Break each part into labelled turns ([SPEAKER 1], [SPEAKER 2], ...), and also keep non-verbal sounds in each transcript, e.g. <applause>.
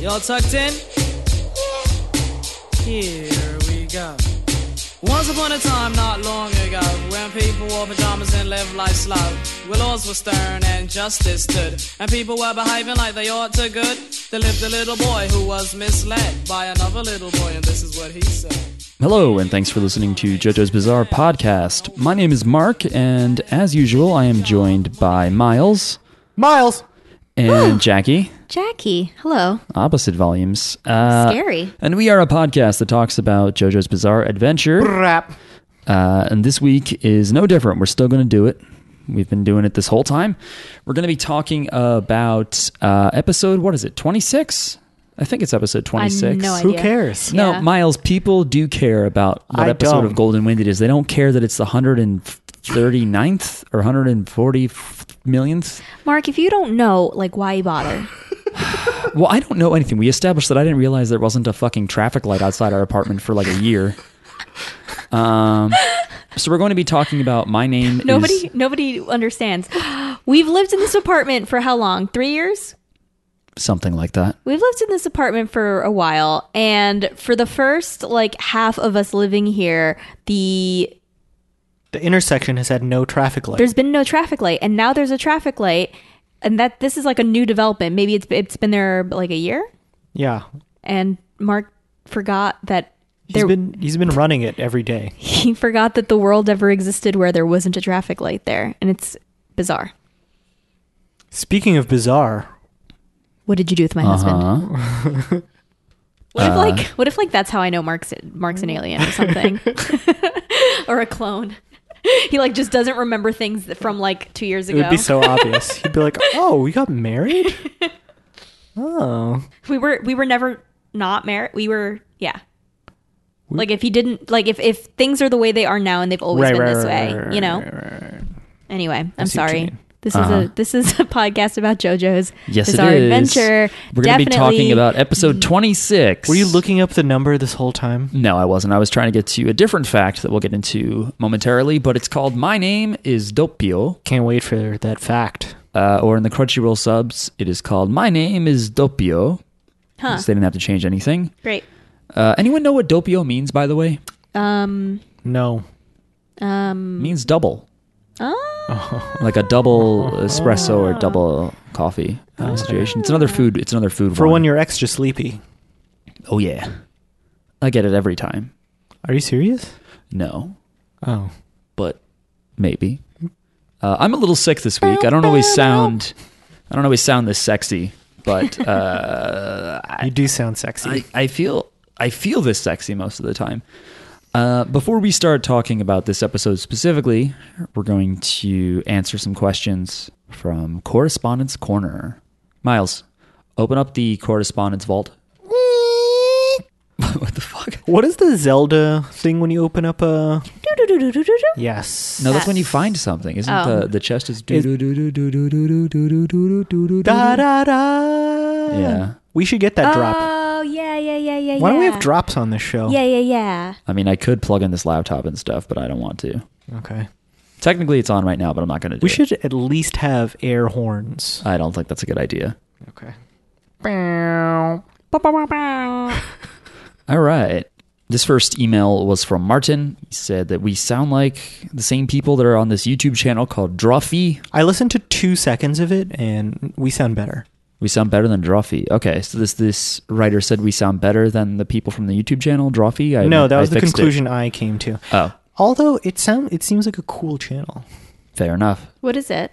[SPEAKER 1] Y'all tucked in? Here we go. Once upon a time, not long ago, when people wore pajamas and lived life slow, where laws were stern and justice stood, and people were behaving like they ought to good, there lived a little boy who was misled by another little boy, and this is what he said.
[SPEAKER 2] Hello, and thanks for listening to JoJo's Bizarre Podcast. My name is Mark, and as usual, I am joined by Miles
[SPEAKER 3] Miles.
[SPEAKER 2] and Jackie,
[SPEAKER 4] Jackie, hello.
[SPEAKER 2] opposite volumes. Uh,
[SPEAKER 4] Scary.
[SPEAKER 2] And we are a podcast that talks about JoJo's Bizarre Adventure,
[SPEAKER 3] Crap.
[SPEAKER 2] uh, and this week is no different. We're still going to do it. We've been doing it this whole time. We're going to be talking about uh, episode, what is it, 26? I think it's episode 26.
[SPEAKER 4] no idea.
[SPEAKER 3] Who cares?
[SPEAKER 2] No,
[SPEAKER 4] Yeah.
[SPEAKER 2] Miles, people do care about what
[SPEAKER 3] I
[SPEAKER 2] episode of
[SPEAKER 3] don't.
[SPEAKER 2] Golden Wind it is. They don't care that it's the 139th or 140 millionth.
[SPEAKER 4] Mark, if you don't know, like, why
[SPEAKER 3] <gasps>
[SPEAKER 4] you bother?
[SPEAKER 2] Well, I don't know anything. We established that I didn't realize there wasn't a fucking traffic light outside our apartment for like a
[SPEAKER 4] <laughs>
[SPEAKER 2] year. Um, so we're going to be talking about my name. is-
[SPEAKER 4] Nobody, nobody understands. <gasps> We've lived in this apartment for how long? Three years?
[SPEAKER 2] something like that.
[SPEAKER 4] We've lived in this apartment for a while, and for the first like half of us living here, the
[SPEAKER 3] The intersection has had no traffic light.
[SPEAKER 4] there's been no traffic light, and now there's a traffic light, and that this is like a new development. Maybe it's it's been there like a year,
[SPEAKER 3] yeah.
[SPEAKER 4] and Mark forgot that
[SPEAKER 3] He's
[SPEAKER 4] there
[SPEAKER 3] been he's been running it every day.
[SPEAKER 4] he forgot that the world ever existed where there wasn't a traffic light there, and it's bizarre.
[SPEAKER 3] Speaking of bizarre,
[SPEAKER 4] What did you do with my husband?
[SPEAKER 2] Uh-huh.
[SPEAKER 4] What
[SPEAKER 3] Uh.
[SPEAKER 4] if like what if like that's how I know Mark's Mark's an alien or
[SPEAKER 3] <laughs>
[SPEAKER 4] something, or a clone? He like just doesn't remember things that- from like two years
[SPEAKER 3] it
[SPEAKER 4] ago.
[SPEAKER 3] would be so obvious. He'd be
[SPEAKER 4] <laughs>
[SPEAKER 3] like, "Oh, we got married." Oh,
[SPEAKER 4] we were we were never not married. We were yeah. Like if he didn't like if if things are the way they are now and they've always
[SPEAKER 3] Right,
[SPEAKER 4] been
[SPEAKER 3] right,
[SPEAKER 4] this
[SPEAKER 3] right,
[SPEAKER 4] way,
[SPEAKER 3] right,
[SPEAKER 4] you know.
[SPEAKER 3] right,
[SPEAKER 4] Anyway, I'm
[SPEAKER 3] see what you
[SPEAKER 4] sorry.
[SPEAKER 3] mean. Uh-huh.
[SPEAKER 4] This is a this is a <laughs> podcast about JoJo's
[SPEAKER 2] Yes, it
[SPEAKER 4] bizarre
[SPEAKER 2] is.
[SPEAKER 4] adventure.
[SPEAKER 2] We're going to be talking
[SPEAKER 4] Definitely- Mm.
[SPEAKER 2] about episode 26.
[SPEAKER 3] were you looking up the number this whole time?
[SPEAKER 2] No, I wasn't. I was trying to get to a different fact that we'll get into momentarily, but it's called My Name is Doppio,
[SPEAKER 3] Can't wait for that fact.
[SPEAKER 2] uh, or in the Crunchyroll subs, it is called My Name is Doppio.
[SPEAKER 4] Huh.
[SPEAKER 2] So they didn't have to change anything.
[SPEAKER 4] Great.
[SPEAKER 2] Uh, anyone know what Doppio means, by the way?
[SPEAKER 4] Um.
[SPEAKER 3] No.
[SPEAKER 2] It
[SPEAKER 4] Um.
[SPEAKER 2] means double,
[SPEAKER 4] Oh.
[SPEAKER 2] like a double espresso or double coffee kind of situation. It's another food. It's another food
[SPEAKER 3] For
[SPEAKER 2] one.
[SPEAKER 3] when you're extra sleepy.
[SPEAKER 2] Oh yeah, I get it every time.
[SPEAKER 3] Are you serious?
[SPEAKER 2] No,
[SPEAKER 3] Oh.
[SPEAKER 2] but maybe. Uh, I'm a little sick this week. I don't always sound, I don't always sound this sexy, but uh,
[SPEAKER 3] You do sound sexy.
[SPEAKER 2] I, I feel I feel this sexy most of the time. Uh, before we start talking about this episode specifically, we're going to answer some questions from Correspondence Corner. Miles, open up the Correspondence Vault. <laughs> what the fuck?
[SPEAKER 3] what is the Zelda thing when you open up a
[SPEAKER 4] Do-do-do-do-do-do-do.
[SPEAKER 3] Yes.
[SPEAKER 2] No, that's when you find something. Isn't
[SPEAKER 4] Oh.
[SPEAKER 2] the the chest is do
[SPEAKER 3] Is-
[SPEAKER 2] do do do do do do do do do do
[SPEAKER 3] Da
[SPEAKER 2] do
[SPEAKER 3] da da.
[SPEAKER 2] Yeah.
[SPEAKER 3] We should get that drop.
[SPEAKER 4] Oh yeah yeah yeah yeah.
[SPEAKER 3] Why don't we
[SPEAKER 4] yeah.
[SPEAKER 3] have drops on this show?
[SPEAKER 4] Yeah yeah yeah.
[SPEAKER 2] I mean, I could plug in this laptop and stuff, but I don't want to.
[SPEAKER 3] Okay.
[SPEAKER 2] Technically, it's on right now, but I'm not going to do
[SPEAKER 3] We
[SPEAKER 2] it.
[SPEAKER 3] should at least have air horns.
[SPEAKER 2] I don't think that's a good idea.
[SPEAKER 3] Okay.
[SPEAKER 4] Bow, bow, bow, bow.
[SPEAKER 2] All right. This first email was from Martin. He said that we sound like the same people that are on this YouTube channel called Druffy.
[SPEAKER 3] I listened to two seconds of it and we sound better.
[SPEAKER 2] We sound better than Druffy. Okay, so this this writer said we sound better than the people from the YouTube channel Druffy. I,
[SPEAKER 3] no, that
[SPEAKER 2] I
[SPEAKER 3] was the
[SPEAKER 2] fixed it.
[SPEAKER 3] conclusion I Uh, came to.
[SPEAKER 2] Oh,
[SPEAKER 3] Although it sound it seems like a cool channel.
[SPEAKER 2] fair enough.
[SPEAKER 4] What is it?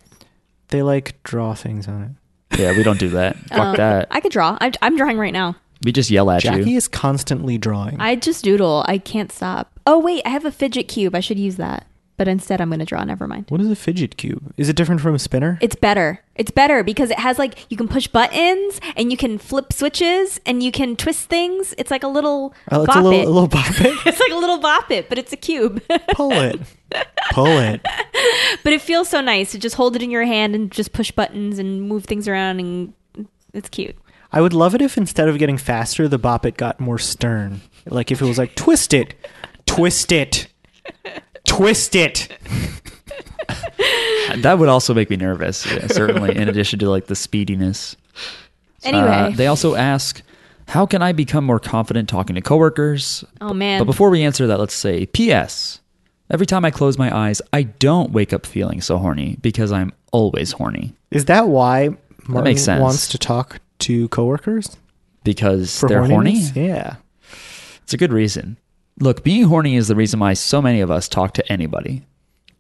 [SPEAKER 3] They like draw things on it.
[SPEAKER 2] Yeah, we don't do
[SPEAKER 4] <laughs>
[SPEAKER 2] that.
[SPEAKER 4] Um,
[SPEAKER 2] Fuck
[SPEAKER 3] Uh,
[SPEAKER 2] that.
[SPEAKER 4] I could draw. I'm, I'm drawing right now.
[SPEAKER 2] We just yell at
[SPEAKER 3] Jackie
[SPEAKER 2] you.
[SPEAKER 3] is constantly drawing.
[SPEAKER 4] I just doodle. I can't stop. Oh wait, I have a fidget cube. I should use that. But instead, I'm going to draw. Never mind.
[SPEAKER 3] what is a fidget cube? Is it different from a spinner?
[SPEAKER 4] It's better. It's better because it has like you can push buttons and you can flip switches and you can twist things. It's like a little
[SPEAKER 3] oh, it's
[SPEAKER 4] bop
[SPEAKER 3] a little
[SPEAKER 4] it.
[SPEAKER 3] a little bop it.
[SPEAKER 4] <laughs> it's like a little bop it, but it's a cube. <laughs>
[SPEAKER 3] Pull it. Pull it.
[SPEAKER 4] but it feels so nice to just hold it in your hand and just push buttons and move things around and it's cute.
[SPEAKER 3] I would love it if instead of getting faster, the bop it got more stern. Like if it was like, twist it, twist it, twist it.
[SPEAKER 2] That would also make me
[SPEAKER 4] uh,
[SPEAKER 2] nervous. Yeah, certainly. in addition to like the speediness.
[SPEAKER 4] Anyway,
[SPEAKER 2] Uh, they also ask How can I become more confident talking to coworkers?
[SPEAKER 4] Oh man.
[SPEAKER 2] But before we answer that, let's say P.S. Every time I close my eyes, I don't wake up feeling so horny because I'm always horny
[SPEAKER 3] Is that why Martin
[SPEAKER 2] makes sense.
[SPEAKER 3] wants to talk to coworkers
[SPEAKER 2] because
[SPEAKER 3] for
[SPEAKER 2] they're horny.
[SPEAKER 3] horniness? Yeah.
[SPEAKER 2] It's a good reason. Look, being horny is the reason why so many of us talk to anybody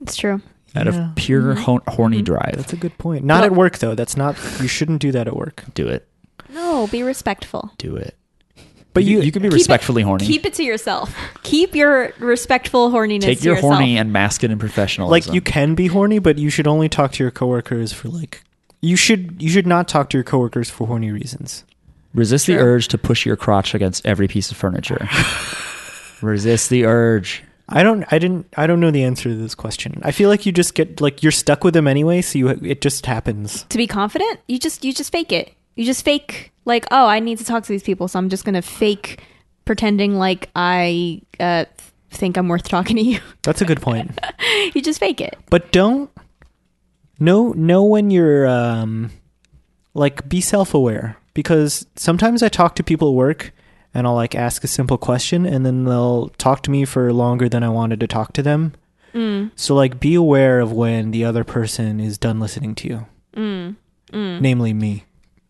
[SPEAKER 4] it's true.
[SPEAKER 2] out
[SPEAKER 3] Yeah.
[SPEAKER 2] of pure
[SPEAKER 4] Mm-hmm.
[SPEAKER 2] hon- horny
[SPEAKER 3] That's
[SPEAKER 2] drive.
[SPEAKER 3] a good point. Not at work though. That's not you shouldn't do that at work.
[SPEAKER 2] Do it.
[SPEAKER 4] No, be respectful.
[SPEAKER 2] Do it.
[SPEAKER 3] But
[SPEAKER 2] You,
[SPEAKER 3] you,
[SPEAKER 2] you can be
[SPEAKER 4] Keep it-
[SPEAKER 2] respectfully horny.
[SPEAKER 4] Keep it to yourself. Keep your respectful horniness
[SPEAKER 2] Take
[SPEAKER 4] to
[SPEAKER 2] your
[SPEAKER 4] yourself.
[SPEAKER 2] horny and mask it in professionalism.
[SPEAKER 3] like you can be horny, but you should only talk to your coworkers for like you should you should not talk to your coworkers for horny reasons.
[SPEAKER 2] Resist the
[SPEAKER 4] Sure.
[SPEAKER 2] urge to push your crotch against every piece of
[SPEAKER 4] <laughs>
[SPEAKER 2] furniture. Resist the urge.
[SPEAKER 3] I don't I didn't I don't know the answer to this question. I feel like you just get like you're stuck with them anyway, so you it just happens.
[SPEAKER 4] To be confident, you just you just fake it. You just fake like, oh, I need to talk to these people, so I'm just gonna fake pretending like I uh, think I'm worth talking to you. <laughs>
[SPEAKER 3] That's a good point.
[SPEAKER 4] you just fake it.
[SPEAKER 3] but don't know know when you're um like be self-aware because sometimes i talk to people at work and i'll like ask a simple question and then they'll talk to me for longer than i wanted to talk to them so like be aware of when the other person is done listening to you namely me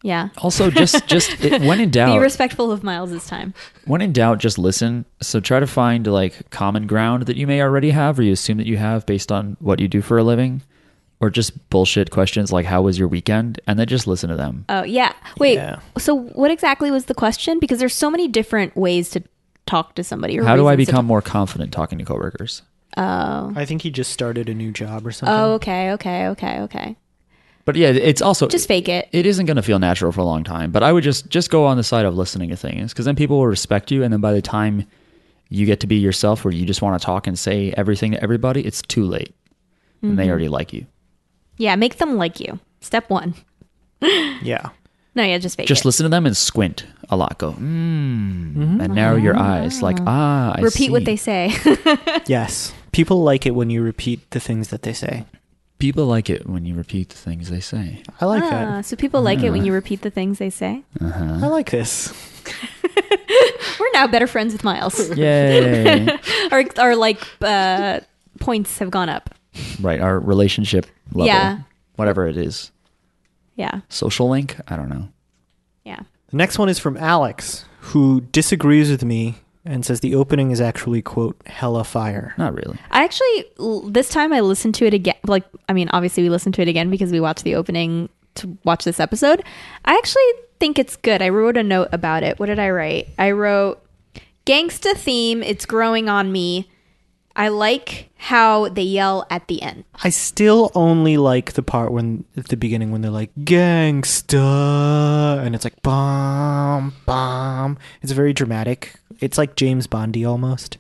[SPEAKER 4] Yeah.
[SPEAKER 2] Also, just
[SPEAKER 4] <laughs>
[SPEAKER 2] just it, when in doubt,
[SPEAKER 4] Be respectful of Miles this time.
[SPEAKER 2] when in doubt, just listen. So try to find like common ground that you may already have, or you assume that you have based on what you do for a living, or just bullshit questions like "How was your weekend?" and then just listen to them.
[SPEAKER 4] Oh yeah. Wait.
[SPEAKER 3] Yeah.
[SPEAKER 4] So what exactly was the question? Because there's so many different ways to talk to somebody. Or
[SPEAKER 2] How do I
[SPEAKER 4] reasons to
[SPEAKER 2] become more confident talking to coworkers?
[SPEAKER 3] i think he just started a new job or something
[SPEAKER 4] Oh, okay, okay, okay, okay.
[SPEAKER 2] But yeah, it's also
[SPEAKER 4] Just fake it.
[SPEAKER 2] it isn't going to feel natural for a long time but i would just just go on the side of listening to things because then people will respect you and then by the time you get to be yourself where you just want to talk and say everything to everybody it's too late and
[SPEAKER 4] Mm-hmm.
[SPEAKER 2] they already like you
[SPEAKER 4] Yeah, make them like you. Step one.
[SPEAKER 3] yeah
[SPEAKER 4] No, yeah, just fake
[SPEAKER 2] just
[SPEAKER 4] it.
[SPEAKER 2] listen to them and squint a lot go mm, and narrow your eyes like ah I
[SPEAKER 4] Mm-hmm. Repeat what
[SPEAKER 2] see." <laughs>
[SPEAKER 4] they say.
[SPEAKER 3] yes people like it when you repeat the things that they say
[SPEAKER 2] people like it when you repeat the things they
[SPEAKER 4] <laughs>
[SPEAKER 2] say
[SPEAKER 3] i like
[SPEAKER 4] Ah,
[SPEAKER 3] that
[SPEAKER 4] so people like
[SPEAKER 2] Mm.
[SPEAKER 4] it when you repeat the things they say.
[SPEAKER 3] i like this
[SPEAKER 4] We're now better friends with
[SPEAKER 2] <laughs>
[SPEAKER 4] Miles.
[SPEAKER 2] yay
[SPEAKER 4] our our like uh, points have gone up.
[SPEAKER 2] <laughs> right our relationship level
[SPEAKER 4] Yeah.
[SPEAKER 2] whatever it is
[SPEAKER 4] Yeah,
[SPEAKER 2] social link i don't know
[SPEAKER 4] yeah.
[SPEAKER 3] The next one is from Alex, who disagrees with me and says the opening is actually, quote, hella fire.
[SPEAKER 2] not really
[SPEAKER 4] I actually l- this time I listened to it again. Like, I mean, obviously we listened to it again because we watched the opening to watch this episode. I actually think it's good. I wrote a note about it. What did I write? I wrote gangsta theme. It's growing on me. I like how they yell at the end.
[SPEAKER 3] I still only like the part when, at the beginning, when they're like, gangsta, and it's like, bomb, bomb. It's very dramatic. It's like James Bondy almost.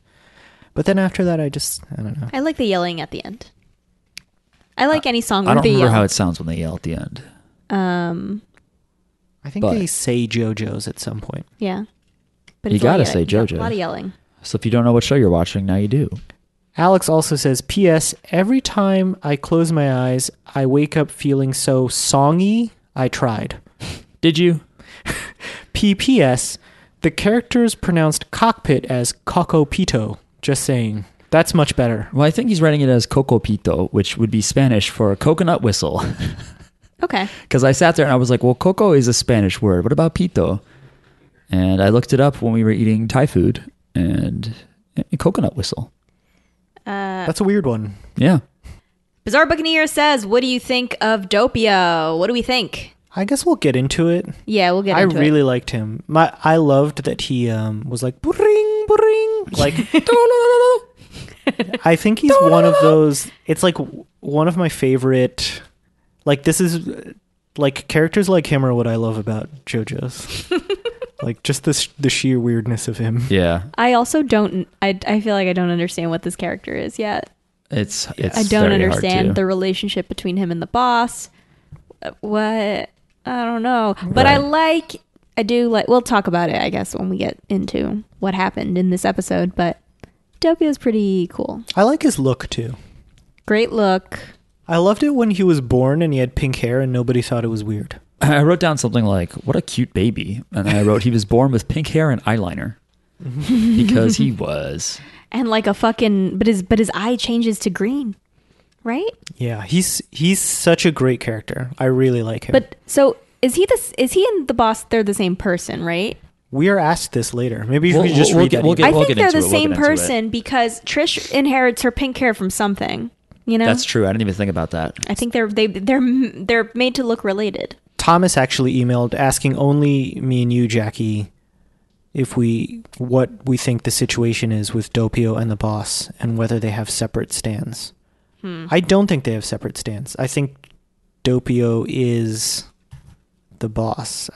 [SPEAKER 3] But then after that, I just, I don't know.
[SPEAKER 4] I like the yelling at the end. I like any song
[SPEAKER 2] Uh, i
[SPEAKER 4] where
[SPEAKER 2] don't
[SPEAKER 4] they
[SPEAKER 2] remember
[SPEAKER 4] yell.
[SPEAKER 2] how it sounds when they yell at the end
[SPEAKER 4] um,
[SPEAKER 3] I think
[SPEAKER 2] But-
[SPEAKER 3] they say JoJo's at some point.
[SPEAKER 4] yeah. But
[SPEAKER 2] You
[SPEAKER 4] it's a lot
[SPEAKER 2] gotta
[SPEAKER 4] of
[SPEAKER 2] say
[SPEAKER 4] yelling.
[SPEAKER 2] JoJo.
[SPEAKER 4] A lot of yelling.
[SPEAKER 2] So if you don't know what show you're watching, now you do.
[SPEAKER 3] Alex also says, P.S. Every time I close my eyes, I wake up feeling so songy. I tried.
[SPEAKER 2] Did you?
[SPEAKER 3] PPS, the character is pronounced cockpit as cocopito. Just saying. That's much better.
[SPEAKER 2] Well, I think he's writing it as Coco Pito, which would be Spanish for coconut whistle.
[SPEAKER 4] Okay.
[SPEAKER 2] Because I sat there and I was like, well, Coco is a Spanish word. What about Pito? And I looked it up when we were eating Thai food and eh, coconut whistle.
[SPEAKER 3] That's a weird one.
[SPEAKER 2] Yeah.
[SPEAKER 4] Uh, Bizarre Buccaneer says, "What do you think of Dopio? What do we think?"
[SPEAKER 3] I guess we'll get into it.
[SPEAKER 4] Yeah, we'll get
[SPEAKER 3] I
[SPEAKER 4] into
[SPEAKER 3] really
[SPEAKER 4] it.
[SPEAKER 3] liked him. My I loved that he um was like bring bring like I think he's one of those it's like w- one of my favorite like this is uh, like characters like him are what I love about
[SPEAKER 4] <laughs>
[SPEAKER 3] JoJo's. like just the sh- the sheer weirdness of him.
[SPEAKER 2] Yeah.
[SPEAKER 4] I also don't. I, I feel like I don't understand what this character is yet.
[SPEAKER 2] It's, it's,
[SPEAKER 4] I
[SPEAKER 2] very
[SPEAKER 4] don't
[SPEAKER 2] hard to-
[SPEAKER 4] understand the relationship between him and the boss. Uh, What? I don't know. But I like. I do like. We'll talk about it, I guess, when we get into what happened in this episode. But Dopio is pretty cool.
[SPEAKER 3] I like his look too.
[SPEAKER 4] Great look.
[SPEAKER 3] I loved it when he was born and he had pink hair and nobody thought it was weird.
[SPEAKER 2] <laughs> I wrote down something like, "What a cute baby," and then I wrote, "He was born with pink hair and
[SPEAKER 4] <laughs>
[SPEAKER 2] eyeliner," because he was.
[SPEAKER 4] and like a fucking but his but his eye changes to green, right?
[SPEAKER 3] Yeah, he's he's such a great character. I really like him.
[SPEAKER 4] But so is he this is he and the boss they're the same person, right?
[SPEAKER 3] we are asked this later. Maybe
[SPEAKER 2] We'll-
[SPEAKER 3] we should just
[SPEAKER 2] we'll
[SPEAKER 3] read
[SPEAKER 2] get-
[SPEAKER 3] that
[SPEAKER 2] we'll
[SPEAKER 3] email.
[SPEAKER 2] get-
[SPEAKER 4] I think
[SPEAKER 2] into
[SPEAKER 4] they're
[SPEAKER 2] it,
[SPEAKER 4] the
[SPEAKER 2] we'll get
[SPEAKER 4] same
[SPEAKER 2] into it.
[SPEAKER 4] person because Trish inherits her pink hair from something, you know?
[SPEAKER 2] That's true. I didn't even think about that.
[SPEAKER 4] I think they're they they're they're made to look related.
[SPEAKER 3] Thomas actually emailed asking only me and you, Jackie, if we what we think the situation is with Dopio and the boss and whether they have separate stands. I don't think they have separate stands. I think Dopio is the boss.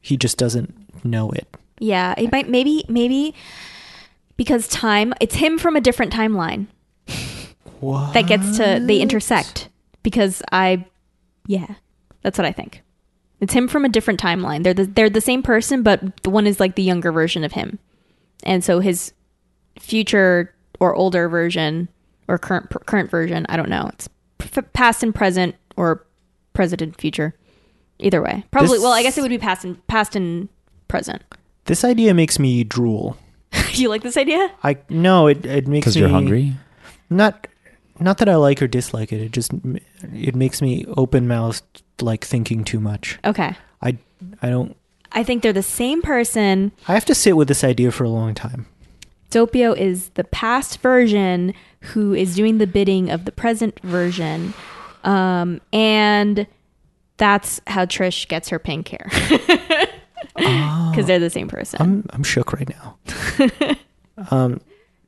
[SPEAKER 3] He just doesn't know it.
[SPEAKER 4] Yeah, it might maybe maybe because time it's him from a different timeline
[SPEAKER 3] What?
[SPEAKER 4] that gets to they intersect because I yeah, that's what I think. It's him from a different timeline. They're the, they're the same person but the one is like the younger version of him. And so his future or older version or current current version, I don't know. It's p- past and present or present and future. Either way. Probably well, I guess it would be past and past and present. <laughs>
[SPEAKER 3] This idea makes me drool.
[SPEAKER 4] Do you like this idea?
[SPEAKER 3] I no, it it makes
[SPEAKER 2] Because
[SPEAKER 3] me
[SPEAKER 2] you're hungry.
[SPEAKER 3] Not not that I like or dislike it. It just it makes me open mouthed, like thinking too much.
[SPEAKER 4] Okay.
[SPEAKER 3] I I don't.
[SPEAKER 4] I think they're the same person.
[SPEAKER 3] I have to sit with this idea for a long time.
[SPEAKER 4] Dopio is the past version who is doing the bidding of the present version. Um, and that's how Trish gets her pink hair. <laughs>
[SPEAKER 2] Oh.
[SPEAKER 4] Because they're the same person.
[SPEAKER 3] I'm I'm shook right
[SPEAKER 4] <laughs>
[SPEAKER 3] now. um,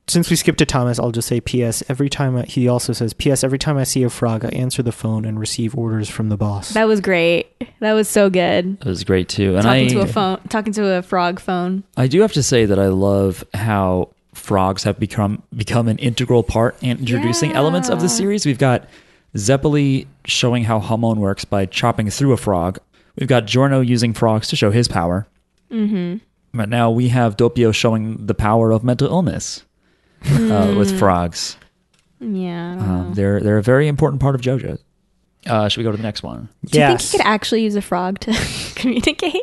[SPEAKER 3] since we skipped to Thomas, I'll just say P.S. Every time I, he also says P.S. Every time I see a frog, I answer the phone and receive orders from the boss.
[SPEAKER 4] that was great. That was so good.
[SPEAKER 2] It was great too. And
[SPEAKER 4] Talking
[SPEAKER 2] I
[SPEAKER 4] to a phone, talking to a frog phone.
[SPEAKER 2] I do have to say that I love how frogs have become become an integral part and introducing
[SPEAKER 4] Yeah.
[SPEAKER 2] elements of the series. We've got Zeppeli showing how Hamon works by chopping through a frog. We've got Giorno using frogs to show his power. Mm-hmm. But now we have Doppio showing the power of mental illness uh, with frogs.
[SPEAKER 4] Yeah. I don't know.
[SPEAKER 2] Um, they're they're a very important part of JoJo. Uh, should we go to the next one?
[SPEAKER 4] Do you
[SPEAKER 3] yes.
[SPEAKER 4] think you could actually use a frog to <laughs> communicate?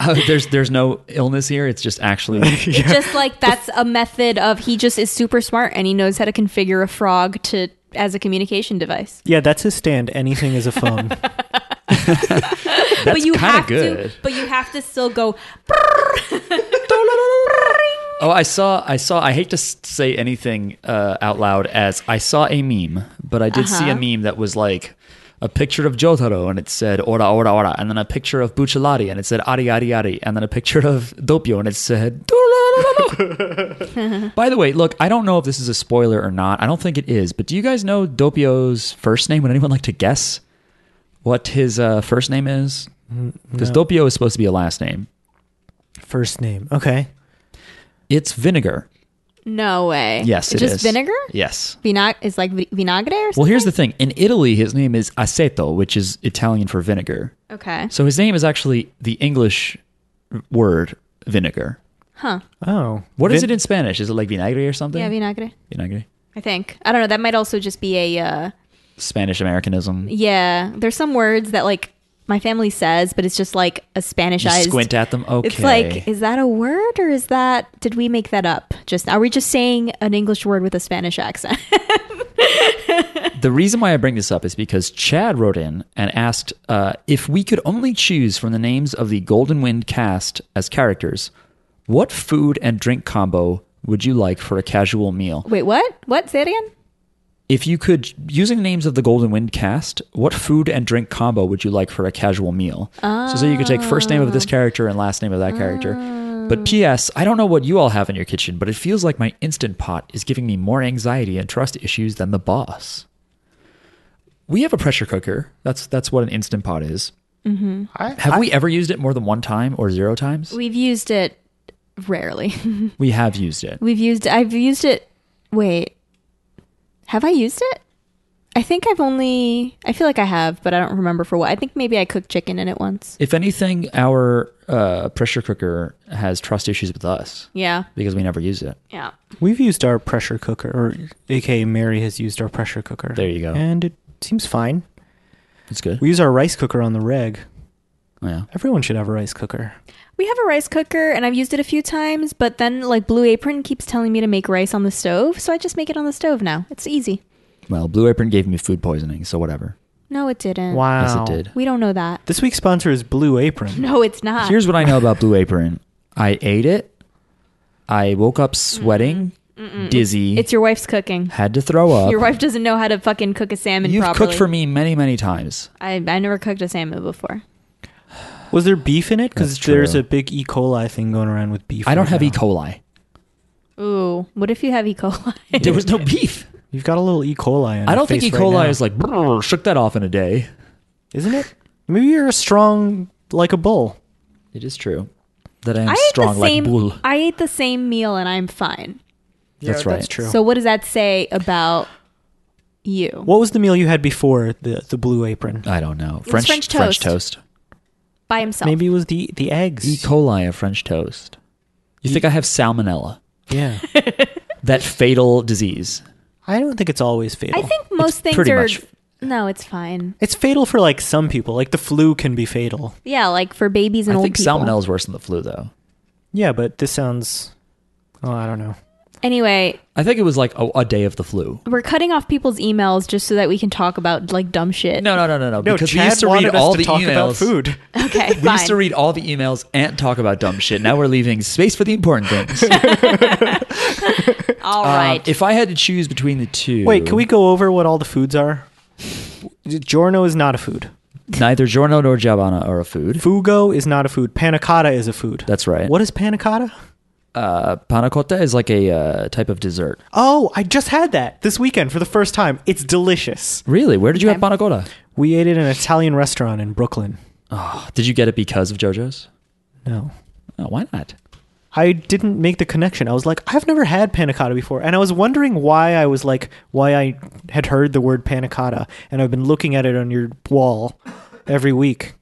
[SPEAKER 2] Uh, there's there's no illness here. It's just actually
[SPEAKER 4] just like that's a method of he just is super smart and he knows how to configure a frog to as a communication device.
[SPEAKER 3] yeah, that's his stand. Anything is a
[SPEAKER 4] <laughs>
[SPEAKER 3] phone.
[SPEAKER 2] that's
[SPEAKER 4] but
[SPEAKER 2] kind
[SPEAKER 4] you
[SPEAKER 2] of
[SPEAKER 4] have
[SPEAKER 2] good.
[SPEAKER 4] to but you have to still go
[SPEAKER 2] Oh, I saw. I saw. I hate to s- say anything uh, out loud as I saw a meme, but I did
[SPEAKER 4] Uh-huh.
[SPEAKER 2] see a meme that was like a picture of Jotaro and it said "ora ora ora," and then a picture of Bucciolati and it said "ari ari ari," and then a picture of Doppio and it said. <laughs>
[SPEAKER 4] <laughs>
[SPEAKER 2] "Dororororo." By the way, look, I don't know if this is a spoiler or not. I don't think it is, but do you guys know Doppio's first name? Would anyone like to guess what his uh, first name is? Because
[SPEAKER 3] no.
[SPEAKER 2] Doppio is supposed to be a last name.
[SPEAKER 3] First name. Okay.
[SPEAKER 2] It's vinegar.
[SPEAKER 4] <laughs> No way.
[SPEAKER 2] Yes, it
[SPEAKER 4] just
[SPEAKER 2] is.
[SPEAKER 4] vinegar?
[SPEAKER 2] Yes.
[SPEAKER 4] Vinag is like vi- vinagre or something.
[SPEAKER 2] Well, here's the thing. In Italy, his name is aceto, which is Italian for vinegar.
[SPEAKER 4] Okay.
[SPEAKER 2] So his name is actually the English word vinegar.
[SPEAKER 3] Oh,
[SPEAKER 2] What is
[SPEAKER 3] Vin-
[SPEAKER 2] it in Spanish? Is it like vinagre or something?
[SPEAKER 4] Yeah, vinagre.
[SPEAKER 2] vinagre.
[SPEAKER 4] I think. I don't know, that might also just be a uh,
[SPEAKER 2] Spanish Americanism.
[SPEAKER 4] yeah, there's some words that like my family says, but it's just like a Spanish
[SPEAKER 2] You squint at them. Okay.
[SPEAKER 4] It's like, is that a word or is that, did we make that up? Just, are we just saying an English word with a Spanish accent? <laughs>
[SPEAKER 2] the reason why I bring this up is because Chad wrote in and asked uh, if we could only choose from the names of the Golden Wind cast as characters, what food and drink combo would you like for a casual meal?
[SPEAKER 4] Wait, what? What? Say it again?
[SPEAKER 2] If you could, using the names of the Golden Wind cast, what food and drink combo would you like for a casual meal? So, so you could take first name of this character and last name of that character. But P.S. I don't know what you all have in your kitchen, but it feels like my instant pot is giving me more anxiety and trust issues than the boss. We have a pressure cooker. That's that's what an instant pot is.
[SPEAKER 3] I-
[SPEAKER 2] Have we ever used it more than one time or zero times? We,
[SPEAKER 4] We've used it rarely.
[SPEAKER 2] have used it.
[SPEAKER 4] We've used, I've used it. Wait, have I used it? I think I've only, I feel like I have, but I don't remember for what. I think maybe I cooked chicken in it once.
[SPEAKER 2] If anything, our uh, pressure cooker has trust issues with us
[SPEAKER 4] Yeah.
[SPEAKER 2] because we never use it.
[SPEAKER 4] Yeah.
[SPEAKER 3] We've used our pressure cooker, or aka Mary has used our pressure cooker.
[SPEAKER 2] There you go.
[SPEAKER 3] And it seems fine.
[SPEAKER 2] It's good.
[SPEAKER 3] We use our rice cooker on the reg.
[SPEAKER 2] Yeah.
[SPEAKER 3] Everyone should have a rice cooker.
[SPEAKER 4] We have a rice cooker and I've used it a few times, but then like Blue Apron keeps telling me to make rice on the stove, so I just make it on the stove now. It's easy.
[SPEAKER 2] Well, Blue Apron gave me food poisoning, so whatever.
[SPEAKER 4] No, it didn't.
[SPEAKER 3] Wow.
[SPEAKER 2] Yes, it did.
[SPEAKER 4] We don't know that.
[SPEAKER 3] This week's sponsor is Blue Apron.
[SPEAKER 4] No, it's not.
[SPEAKER 2] Here's what I know about Blue Apron. I ate it. I woke up sweating, dizzy,
[SPEAKER 4] it's your wife's cooking.
[SPEAKER 2] had to throw up.
[SPEAKER 4] Your wife doesn't know how to fucking cook a salmon
[SPEAKER 2] You've
[SPEAKER 4] properly.
[SPEAKER 2] cooked for me many, many times.
[SPEAKER 4] I, I never cooked a salmon before.
[SPEAKER 3] Was there beef in it? Because
[SPEAKER 2] That's
[SPEAKER 3] there's
[SPEAKER 2] true.
[SPEAKER 3] a big E. coli thing going around with beef.
[SPEAKER 2] I don't
[SPEAKER 3] right
[SPEAKER 2] have E.
[SPEAKER 3] now.
[SPEAKER 2] coli.
[SPEAKER 4] Ooh, what if you have E. coli?
[SPEAKER 2] There was no <laughs> beef.
[SPEAKER 3] You've got a little E. coli.
[SPEAKER 2] I
[SPEAKER 3] On your
[SPEAKER 2] don't think E.
[SPEAKER 3] face
[SPEAKER 2] coli
[SPEAKER 3] right now.
[SPEAKER 2] is like "Brr, shook that off in a day.
[SPEAKER 3] isn't it? Maybe you're strong like a bull.
[SPEAKER 2] It is true that I am
[SPEAKER 4] I ate
[SPEAKER 2] strong
[SPEAKER 4] the same.
[SPEAKER 2] like bull.
[SPEAKER 4] I ate the same meal and I'm fine.
[SPEAKER 2] That's right.
[SPEAKER 3] That's true.
[SPEAKER 4] So what does that say about you?
[SPEAKER 3] what was the meal you had before the the Blue Apron?
[SPEAKER 2] I don't know
[SPEAKER 4] was
[SPEAKER 2] French
[SPEAKER 4] French
[SPEAKER 2] French
[SPEAKER 4] toast.
[SPEAKER 2] toast.
[SPEAKER 4] By himself.
[SPEAKER 3] Maybe it was the the
[SPEAKER 2] E.
[SPEAKER 3] eggs.
[SPEAKER 2] coli of French toast. You think I have salmonella?
[SPEAKER 4] <laughs>
[SPEAKER 3] yeah.
[SPEAKER 2] That fatal disease.
[SPEAKER 3] I don't think it's always
[SPEAKER 4] I
[SPEAKER 3] fatal.
[SPEAKER 4] think most things
[SPEAKER 2] pretty
[SPEAKER 4] are.
[SPEAKER 2] much-
[SPEAKER 4] No, it's fine.
[SPEAKER 3] it's fatal for like some people. Like the flu can be fatal.
[SPEAKER 4] Yeah, like for babies and
[SPEAKER 2] I
[SPEAKER 4] old
[SPEAKER 2] think
[SPEAKER 4] people.
[SPEAKER 2] salmonella is worse than the flu, though.
[SPEAKER 3] Yeah, but this sounds. Oh, I don't know.
[SPEAKER 4] Anyway,
[SPEAKER 2] I think it was like a, a day of the flu.
[SPEAKER 4] we're cutting off people's emails just so that we can talk about like dumb shit.
[SPEAKER 2] No, no, no, no, no. because we
[SPEAKER 3] Chad
[SPEAKER 2] used to
[SPEAKER 3] wanted
[SPEAKER 2] read
[SPEAKER 3] us
[SPEAKER 2] all
[SPEAKER 3] to
[SPEAKER 2] the
[SPEAKER 3] talk
[SPEAKER 2] emails.
[SPEAKER 3] about
[SPEAKER 4] <laughs>
[SPEAKER 3] food.
[SPEAKER 4] Okay,
[SPEAKER 2] We
[SPEAKER 4] fine.
[SPEAKER 2] used to read all the emails and talk about dumb shit. Now we're leaving space for the important things.
[SPEAKER 4] All
[SPEAKER 2] Um,
[SPEAKER 4] <laughs> right.
[SPEAKER 2] if I had to choose between the two,
[SPEAKER 3] Wait, can we go over what all the foods are? Giorno is not a food.
[SPEAKER 2] Neither giorno nor giovanna are a food.
[SPEAKER 3] Fugo is not a food. Panna cotta is a food.
[SPEAKER 2] That's right.
[SPEAKER 3] What is panna cotta?
[SPEAKER 2] Uh, panna cotta is like a uh, type of dessert.
[SPEAKER 3] Oh, I just had that this weekend for the first time. It's delicious.
[SPEAKER 2] Really? Where did you
[SPEAKER 4] Okay.
[SPEAKER 2] have panna cotta?
[SPEAKER 3] We ate at an Italian restaurant in Brooklyn.
[SPEAKER 2] Oh, did you get it because of JoJo's?
[SPEAKER 3] No.
[SPEAKER 2] Oh, why not?
[SPEAKER 3] I didn't make the connection. I was like, I've never had panna cotta before. And I was wondering why I was like, why I had heard the word panna cotta. And I've been looking at it on your wall every week.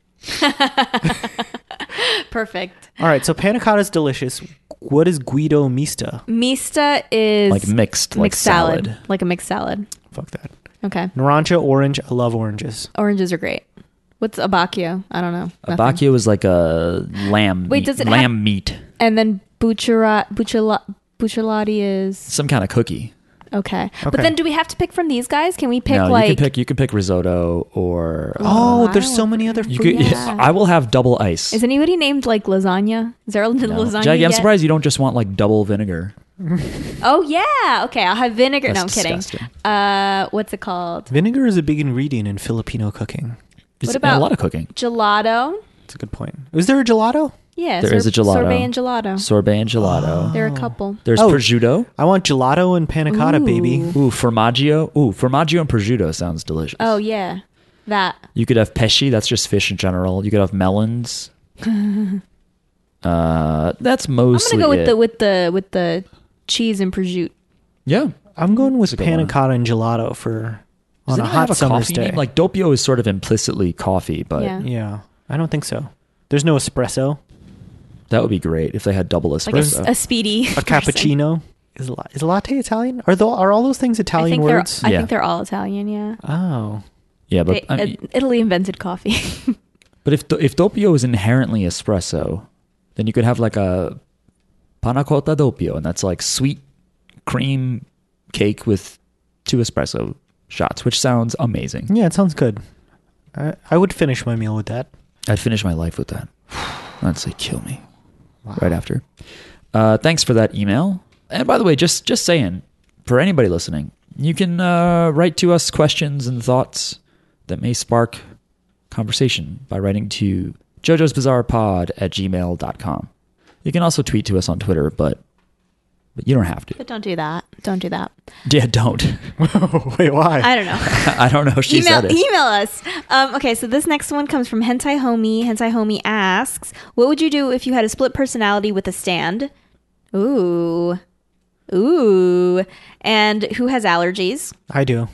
[SPEAKER 4] Perfect.
[SPEAKER 3] All right, so panna cotta is delicious. What is Guido Mista?
[SPEAKER 4] Mista is
[SPEAKER 2] Like mixed, like
[SPEAKER 4] mixed salad.
[SPEAKER 2] salad.
[SPEAKER 4] like a mixed salad.
[SPEAKER 3] Fuck that.
[SPEAKER 4] Okay,
[SPEAKER 3] Naranja, orange. I love oranges.
[SPEAKER 4] oranges are great. What's abacchio? I don't know. Nothing.
[SPEAKER 2] Abacchio is like a lamb.
[SPEAKER 4] Wait,
[SPEAKER 2] meat,
[SPEAKER 4] does it
[SPEAKER 2] lamb
[SPEAKER 4] have-
[SPEAKER 2] meat?
[SPEAKER 4] And then bucciara- bucciola- bucciolati is
[SPEAKER 2] Some kind of cookie.
[SPEAKER 4] okay. But
[SPEAKER 3] Okay.
[SPEAKER 4] then, do we have to pick from these guys? Can we pick
[SPEAKER 2] no,
[SPEAKER 4] like
[SPEAKER 2] you can pick. You can pick risotto or. uh,
[SPEAKER 3] Oh,
[SPEAKER 4] wow.
[SPEAKER 3] there's so many other
[SPEAKER 2] you
[SPEAKER 3] foods.
[SPEAKER 2] could,
[SPEAKER 4] Yeah.
[SPEAKER 2] I will have double ice.
[SPEAKER 4] Is anybody named like lasagna? Is there a
[SPEAKER 2] No.
[SPEAKER 4] lasagna?
[SPEAKER 2] Jackie, I'm
[SPEAKER 4] yet?
[SPEAKER 2] surprised you don't just want like double vinegar.
[SPEAKER 4] Oh yeah. Okay, I'll have vinegar.
[SPEAKER 2] That's
[SPEAKER 4] no, I'm kidding.
[SPEAKER 2] disgusting.
[SPEAKER 4] Uh, what's it called?
[SPEAKER 3] Vinegar is a big ingredient in Filipino cooking.
[SPEAKER 2] It's
[SPEAKER 4] about-
[SPEAKER 2] a lot of cooking.
[SPEAKER 4] Gelato.
[SPEAKER 3] That's a good point. Is there a gelato?
[SPEAKER 4] Yeah,
[SPEAKER 2] There is a gelato.
[SPEAKER 4] Sorbet and gelato.
[SPEAKER 2] Sorbet and gelato.
[SPEAKER 4] Oh. there are a couple.
[SPEAKER 2] There's
[SPEAKER 3] Oh.
[SPEAKER 2] prosciutto.
[SPEAKER 3] I want gelato and panna cotta, baby.
[SPEAKER 4] Ooh.
[SPEAKER 2] Ooh, formaggio. Ooh, formaggio and prosciutto sounds delicious.
[SPEAKER 4] Oh yeah, that.
[SPEAKER 2] You could have pesci. That's just fish in general. You could have
[SPEAKER 4] <laughs>
[SPEAKER 2] melons. uh, that's
[SPEAKER 4] I'm
[SPEAKER 2] mostly.
[SPEAKER 4] gonna go with
[SPEAKER 2] it.
[SPEAKER 4] the with the with the cheese and prosciutto.
[SPEAKER 2] yeah.
[SPEAKER 3] I'm going with
[SPEAKER 2] It's a good
[SPEAKER 3] panna
[SPEAKER 2] one.
[SPEAKER 3] cotta and gelato for
[SPEAKER 2] Does
[SPEAKER 3] on a
[SPEAKER 2] anyone
[SPEAKER 3] hot
[SPEAKER 2] have a
[SPEAKER 3] summer's
[SPEAKER 2] coffee
[SPEAKER 3] day.
[SPEAKER 2] name? Like doppio is sort of implicitly coffee, but
[SPEAKER 4] Yeah.
[SPEAKER 3] yeah, I don't think so. There's no espresso.
[SPEAKER 2] that would be great if they had double
[SPEAKER 4] like a,
[SPEAKER 2] espresso.
[SPEAKER 4] a speedy
[SPEAKER 3] A cappuccino is la- is latte Italian? Are tho- are all those things
[SPEAKER 4] I
[SPEAKER 3] Italian
[SPEAKER 4] think
[SPEAKER 3] words?
[SPEAKER 4] they're I
[SPEAKER 2] Yeah.
[SPEAKER 4] think they're all Italian. Yeah,
[SPEAKER 3] oh,
[SPEAKER 2] yeah, but
[SPEAKER 4] They-
[SPEAKER 2] I mean,
[SPEAKER 4] uh, Italy invented coffee. <laughs>
[SPEAKER 2] but if do- if doppio is inherently espresso, then you could have like a panna cotta doppio, and that's like sweet cream cake with two espresso shots, which sounds amazing.
[SPEAKER 3] yeah, it sounds good. I, I would finish my meal with that. <laughs>
[SPEAKER 2] I'd finish my life with that. <sighs> Honestly, kill me right after. Uh, thanks for that email. And by the way, just just saying for anybody listening, you can uh, write to us questions and thoughts that may spark conversation by writing to Jojo's Bizarre Pod at gmail.com. You can also tweet to us on Twitter, but but you don't have to. <laughs>
[SPEAKER 4] but don't do that. Don't do that.
[SPEAKER 2] Yeah, don't. <laughs>
[SPEAKER 3] Wait, why?
[SPEAKER 4] I don't know.
[SPEAKER 2] I don't know if she
[SPEAKER 4] email
[SPEAKER 2] said it.
[SPEAKER 4] email us. Um, okay, so this next one comes from Hentai Homie. Hentai Homie asks, "What would you do if you had a split personality with a stand?" Ooh, ooh, and who has allergies?
[SPEAKER 3] I do.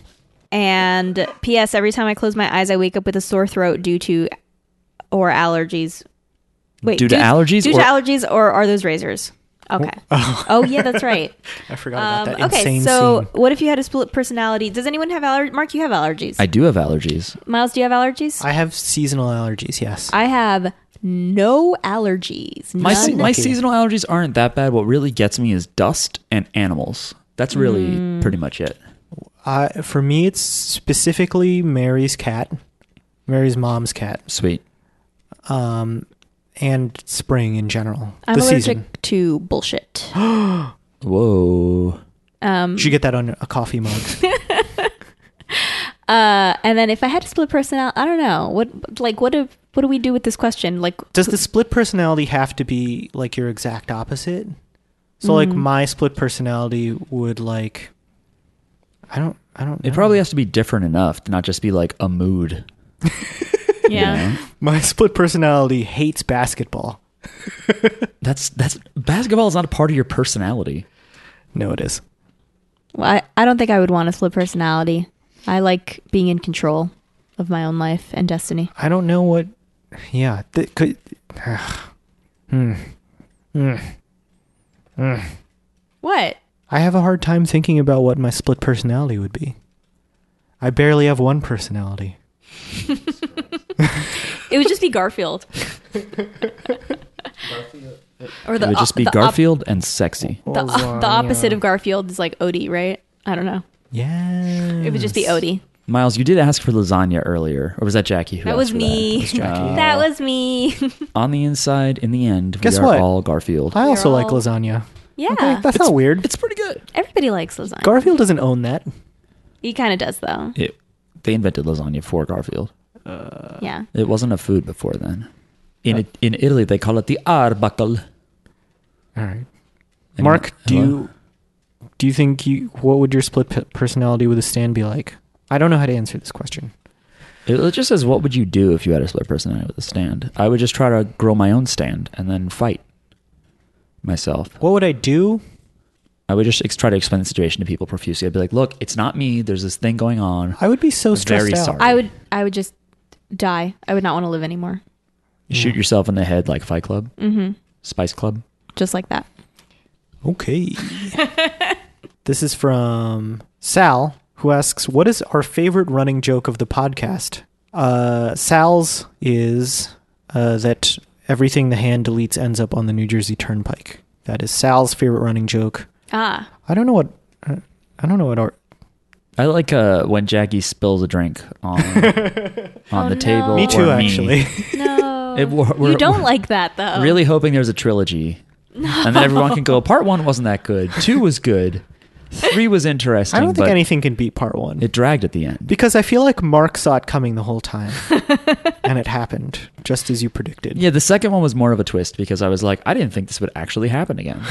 [SPEAKER 4] And P.S. Every time I close my eyes, I wake up with a sore throat due to or allergies. Wait,
[SPEAKER 2] Due to allergies
[SPEAKER 4] Due
[SPEAKER 2] or-
[SPEAKER 4] to allergies, or are those razors? Okay.
[SPEAKER 2] <laughs>
[SPEAKER 4] Oh, yeah, that's right.
[SPEAKER 3] I forgot about
[SPEAKER 4] um,
[SPEAKER 3] that
[SPEAKER 4] okay,
[SPEAKER 3] insane
[SPEAKER 4] so
[SPEAKER 3] scene.
[SPEAKER 4] what if you had a split personality? Does anyone have allergies? Mark, you have allergies.
[SPEAKER 2] I do have allergies.
[SPEAKER 4] Miles, do you have allergies?
[SPEAKER 3] I have seasonal allergies. Yes.
[SPEAKER 4] I have no allergies.
[SPEAKER 2] My,
[SPEAKER 4] None.
[SPEAKER 2] se- my
[SPEAKER 3] Okay.
[SPEAKER 2] seasonal allergies aren't that bad. What really gets me is dust and animals. That's really
[SPEAKER 4] Mm.
[SPEAKER 2] pretty much it.
[SPEAKER 3] I, for me, it's specifically Mary's cat, Mary's mom's cat,
[SPEAKER 2] Sweet.
[SPEAKER 3] um, and spring in general.
[SPEAKER 4] I'm
[SPEAKER 3] the
[SPEAKER 4] allergic
[SPEAKER 3] season.
[SPEAKER 2] <gasps>
[SPEAKER 4] to bullshit.
[SPEAKER 2] Uh, Whoa.
[SPEAKER 4] Um,
[SPEAKER 3] You should get that on a coffee
[SPEAKER 4] <laughs>
[SPEAKER 3] mug.
[SPEAKER 4] uh, and then if I had to split personality, I don't know what like what do what do we do with this question? Like
[SPEAKER 3] Does the split personality have to be like your exact opposite? So
[SPEAKER 4] Mm.
[SPEAKER 3] like my split personality would like I don't I don't
[SPEAKER 2] It
[SPEAKER 3] know.
[SPEAKER 2] probably has to be different enough to not just be like a mood. you know?
[SPEAKER 3] <laughs> my split personality hates basketball.
[SPEAKER 2] That's that's basketball is not a part of your personality.
[SPEAKER 3] No it is.
[SPEAKER 4] Well, I, I don't think I would want a split personality. I like being in control of my own life and destiny.
[SPEAKER 3] I don't know what yeah, that could hmm. Hmm.
[SPEAKER 4] What?
[SPEAKER 3] I have a hard time thinking about what my split personality would be. I barely have one personality.
[SPEAKER 4] It would just be Garfield. or the,
[SPEAKER 2] it would just
[SPEAKER 4] op-
[SPEAKER 2] be
[SPEAKER 4] the op-
[SPEAKER 2] Garfield and sexy.
[SPEAKER 4] <laughs> the,
[SPEAKER 3] Lasagna.
[SPEAKER 4] the opposite of Garfield is like Odie, right? I don't know.
[SPEAKER 3] Yeah.
[SPEAKER 4] It would just be Odie.
[SPEAKER 2] Miles, you did ask for lasagna earlier, or was that Jackie who
[SPEAKER 4] That
[SPEAKER 2] asked
[SPEAKER 4] was
[SPEAKER 2] for
[SPEAKER 4] me.
[SPEAKER 2] That? Uh,
[SPEAKER 4] <laughs> That was me.
[SPEAKER 2] <laughs> on the inside, in the end,
[SPEAKER 3] Guess
[SPEAKER 2] we are
[SPEAKER 3] what?
[SPEAKER 2] all Garfield.
[SPEAKER 3] I also like
[SPEAKER 4] all-
[SPEAKER 3] lasagna.
[SPEAKER 4] yeah.
[SPEAKER 3] Okay, that's not weird.
[SPEAKER 2] It's pretty good.
[SPEAKER 4] Everybody likes lasagna.
[SPEAKER 3] Garfield doesn't own that.
[SPEAKER 4] he kind of does though.
[SPEAKER 2] It, they invented lasagna for Garfield.
[SPEAKER 4] yeah.
[SPEAKER 2] It wasn't a food before then. In it, in Italy, they call it the arbuckle.
[SPEAKER 3] All right.
[SPEAKER 2] And-
[SPEAKER 3] Mark, do
[SPEAKER 2] hello?
[SPEAKER 3] you do you think you what would your split pe- personality with a stand be like? I don't know how to answer this question.
[SPEAKER 2] It it just says, "What would you do if you had a split personality with a stand?" I would just try to grow my own stand and then fight myself.
[SPEAKER 3] What would I do?
[SPEAKER 2] I would just ex- try to explain the situation to people profusely. I'd be like, "Look, it's not me. There's this thing going on.
[SPEAKER 3] I would be so stressed
[SPEAKER 2] Very
[SPEAKER 3] out.
[SPEAKER 2] sorry.
[SPEAKER 4] I would I would just die. I would not want to live anymore.
[SPEAKER 2] You shoot yourself in the head like Fight Club,
[SPEAKER 3] Mm-hmm.
[SPEAKER 4] Mhm.
[SPEAKER 2] Spice Club."
[SPEAKER 4] Just like that.
[SPEAKER 2] <laughs>
[SPEAKER 3] Okay. this is from Sal, who asks, "What is our favorite running joke of the podcast?" Uh, Sal's is uh, that everything the hand deletes ends up on the New Jersey Turnpike. That is Sal's favorite running joke.
[SPEAKER 4] Ah.
[SPEAKER 3] I don't know what uh, I don't know what our
[SPEAKER 2] I like uh, when Jackie spills a drink
[SPEAKER 3] <laughs>
[SPEAKER 2] on on
[SPEAKER 4] Oh,
[SPEAKER 2] the table.
[SPEAKER 4] no.
[SPEAKER 3] me
[SPEAKER 2] or <laughs>
[SPEAKER 3] too, actually.
[SPEAKER 4] No.
[SPEAKER 2] It- we're- we're-
[SPEAKER 4] you don't
[SPEAKER 2] we're-
[SPEAKER 4] like that
[SPEAKER 3] Um,
[SPEAKER 4] though.
[SPEAKER 2] Really hoping there's a trilogy, and then everyone can
[SPEAKER 3] <laughs>
[SPEAKER 2] go. Part one wasn't that good. Two was good. Three was interesting.
[SPEAKER 3] I don't think
[SPEAKER 2] but
[SPEAKER 3] anything can beat part one.
[SPEAKER 2] It dragged at the end.
[SPEAKER 3] because I feel like Mark saw it coming the
[SPEAKER 2] <laughs>
[SPEAKER 3] whole time. and it happened, just as you predicted.
[SPEAKER 2] Yeah, the second one was more of a twist because I was like, I didn't think this would actually happen
[SPEAKER 3] <laughs>
[SPEAKER 2] again.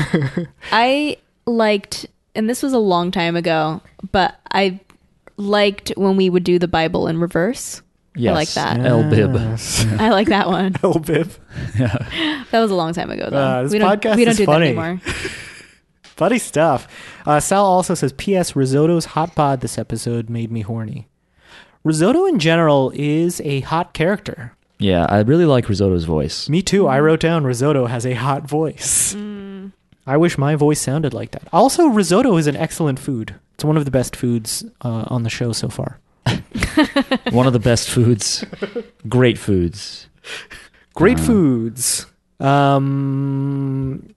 [SPEAKER 4] I liked, and this was a long time ago, but I liked when we would do the Bible in reverse.
[SPEAKER 2] Yes,
[SPEAKER 4] like that.
[SPEAKER 2] L Bib.
[SPEAKER 3] <laughs>
[SPEAKER 4] I like that one.
[SPEAKER 3] Oh, Ah. Bib.
[SPEAKER 4] That was a long time ago, though.
[SPEAKER 3] Uh, this
[SPEAKER 4] we don't,
[SPEAKER 3] podcast
[SPEAKER 4] we don't
[SPEAKER 3] is
[SPEAKER 4] do
[SPEAKER 3] funny.
[SPEAKER 4] that anymore.
[SPEAKER 3] Funny stuff. Uh, Sal also says, P.S. Risotto's hot pod this episode made me horny. Risotto in general is a hot character.
[SPEAKER 2] Yeah, I really like Risotto's voice.
[SPEAKER 3] Me too. I wrote down Risotto has a hot voice. I wish my voice sounded like that. Also, risotto is an excellent food. It's one of the best foods uh, on the show so far.
[SPEAKER 2] One of the best
[SPEAKER 3] <laughs>
[SPEAKER 2] foods. Great foods.
[SPEAKER 3] Great
[SPEAKER 2] Wow.
[SPEAKER 3] foods. Um,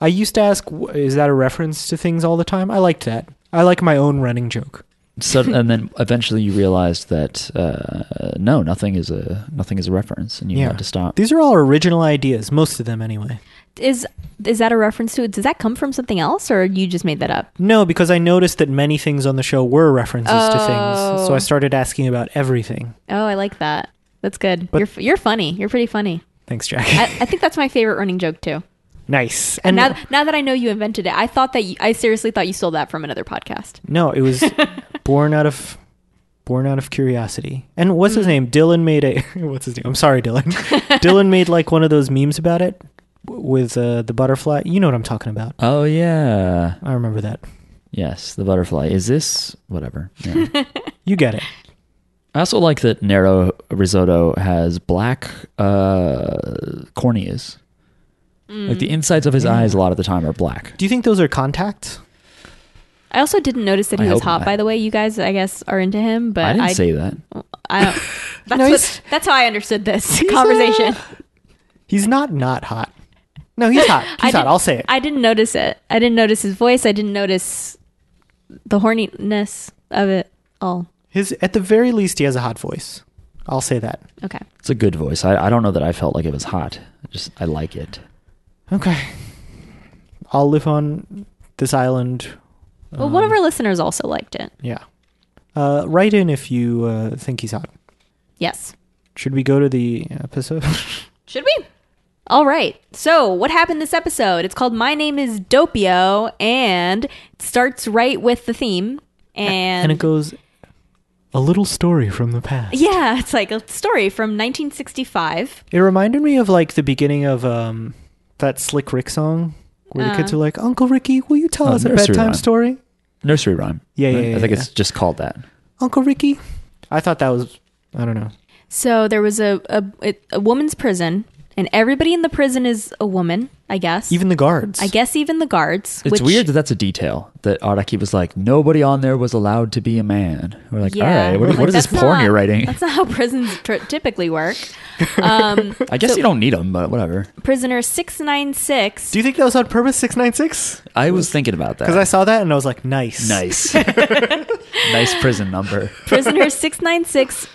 [SPEAKER 3] I used to ask, wh- is that a reference to things all the time? I liked that. I like my own running joke.
[SPEAKER 2] So, and then eventually you realized that uh, no, nothing is a nothing is a reference, and you
[SPEAKER 3] Yeah.
[SPEAKER 2] had to stop.
[SPEAKER 3] These are all original ideas, most of them anyway.
[SPEAKER 4] Is is that a reference to? Does that come from something else, or you just made that up?
[SPEAKER 3] No, because I noticed that many things on the show were references to
[SPEAKER 4] Oh.
[SPEAKER 3] things, so I started asking about everything.
[SPEAKER 4] Oh, I like that. That's good.
[SPEAKER 3] But-
[SPEAKER 4] you're f- you're funny. You're pretty funny.
[SPEAKER 3] Thanks, Jack.
[SPEAKER 4] I, I think that's my favorite running joke too.
[SPEAKER 3] <laughs> nice.
[SPEAKER 4] And
[SPEAKER 3] And
[SPEAKER 4] now now that I know you invented it, I thought that you, I seriously thought you stole that from another podcast.
[SPEAKER 3] no, it
[SPEAKER 4] <laughs>
[SPEAKER 3] was born out of born out of curiosity. And what's
[SPEAKER 4] Mm.
[SPEAKER 3] his name? Dylan made a <laughs> what's his name? I'm sorry,
[SPEAKER 4] <laughs>
[SPEAKER 3] Dylan. Dylan made like one of those memes about it w- with uh, the butterfly. You know what I'm talking about.
[SPEAKER 2] Oh yeah,
[SPEAKER 3] I remember that.
[SPEAKER 2] yes, the butterfly. Is this whatever? Yeah.
[SPEAKER 3] You get it.
[SPEAKER 2] I also like that Nero Risotto has black uh, corneas.
[SPEAKER 4] Mm.
[SPEAKER 2] Like the insides of his eyes, a lot of the time are black.
[SPEAKER 3] Do you think those are contacts?
[SPEAKER 4] I also didn't notice that he
[SPEAKER 2] I
[SPEAKER 4] was
[SPEAKER 2] hope
[SPEAKER 4] hot.
[SPEAKER 2] not.
[SPEAKER 4] By the way, you guys, I guess, are into him, but
[SPEAKER 2] I didn't say that. <laughs>
[SPEAKER 4] I don't. That's
[SPEAKER 3] No, he's-
[SPEAKER 4] what, that's how I understood this
[SPEAKER 3] He's, uh,
[SPEAKER 4] conversation.
[SPEAKER 3] He's not not hot. No, he's hot.
[SPEAKER 4] <laughs> I
[SPEAKER 3] He's hot.
[SPEAKER 4] did-
[SPEAKER 3] I'll say it.
[SPEAKER 4] I didn't notice it. I didn't notice his voice. I didn't notice the horniness of it all.
[SPEAKER 3] His at the very least, he has a hot voice. I'll say that.
[SPEAKER 4] Okay.
[SPEAKER 2] It's a good voice. I, I don't know that I felt like it was hot. I just I like it.
[SPEAKER 3] Okay. I'll live on this island. um,
[SPEAKER 4] Well,
[SPEAKER 2] Um,
[SPEAKER 4] one of our listeners also liked it.
[SPEAKER 3] Yeah. Uh, write in if you uh, think he's hot.
[SPEAKER 4] Yes.
[SPEAKER 3] Should we go to the episode?
[SPEAKER 4] Should we? All right. So, what happened this episode? It's called My Name is Dopio and it starts right with the theme. <laughs> And,
[SPEAKER 3] and it goes a little story from the past.
[SPEAKER 4] yeah, <laughs> it's like a story from 1965.
[SPEAKER 3] It reminded me of like the beginning of um, that Slick Rick song where the kids are
[SPEAKER 4] Uh.
[SPEAKER 3] like, Uncle Ricky, will you tell
[SPEAKER 2] Oh,
[SPEAKER 3] us a
[SPEAKER 2] nursery
[SPEAKER 3] bedtime
[SPEAKER 2] rhyme.
[SPEAKER 3] story?
[SPEAKER 2] Nursery rhyme.
[SPEAKER 3] Yeah, yeah,
[SPEAKER 2] I,
[SPEAKER 3] yeah,
[SPEAKER 2] think
[SPEAKER 3] yeah.
[SPEAKER 2] it's just called that.
[SPEAKER 3] Uncle Ricky? I thought that was, I don't know.
[SPEAKER 4] So, there was a, a, it- a woman's prison, and everybody in the prison is a woman, I guess.
[SPEAKER 3] Even the guards.
[SPEAKER 4] I guess even the guards.
[SPEAKER 2] It's
[SPEAKER 4] which,
[SPEAKER 2] weird that that's a detail that Araki was like, nobody on there was allowed to be a man. We're like, all right, what,
[SPEAKER 4] Like,
[SPEAKER 2] what is this
[SPEAKER 4] that's not-
[SPEAKER 2] porn
[SPEAKER 4] <laughs>
[SPEAKER 2] you're writing?
[SPEAKER 4] That's not how prisons tr- typically work.
[SPEAKER 2] <laughs>
[SPEAKER 4] Um,
[SPEAKER 2] I guess you don't need them, but whatever.
[SPEAKER 4] prisoner 696.
[SPEAKER 3] Do you think that was on purpose, 696?
[SPEAKER 2] I was thinking about
[SPEAKER 3] <laughs>
[SPEAKER 2] that.
[SPEAKER 3] Because I saw that and I was like, nice.
[SPEAKER 2] Uh,
[SPEAKER 4] <laughs>
[SPEAKER 2] nice, nice prison number. <laughs>
[SPEAKER 4] prisoner 696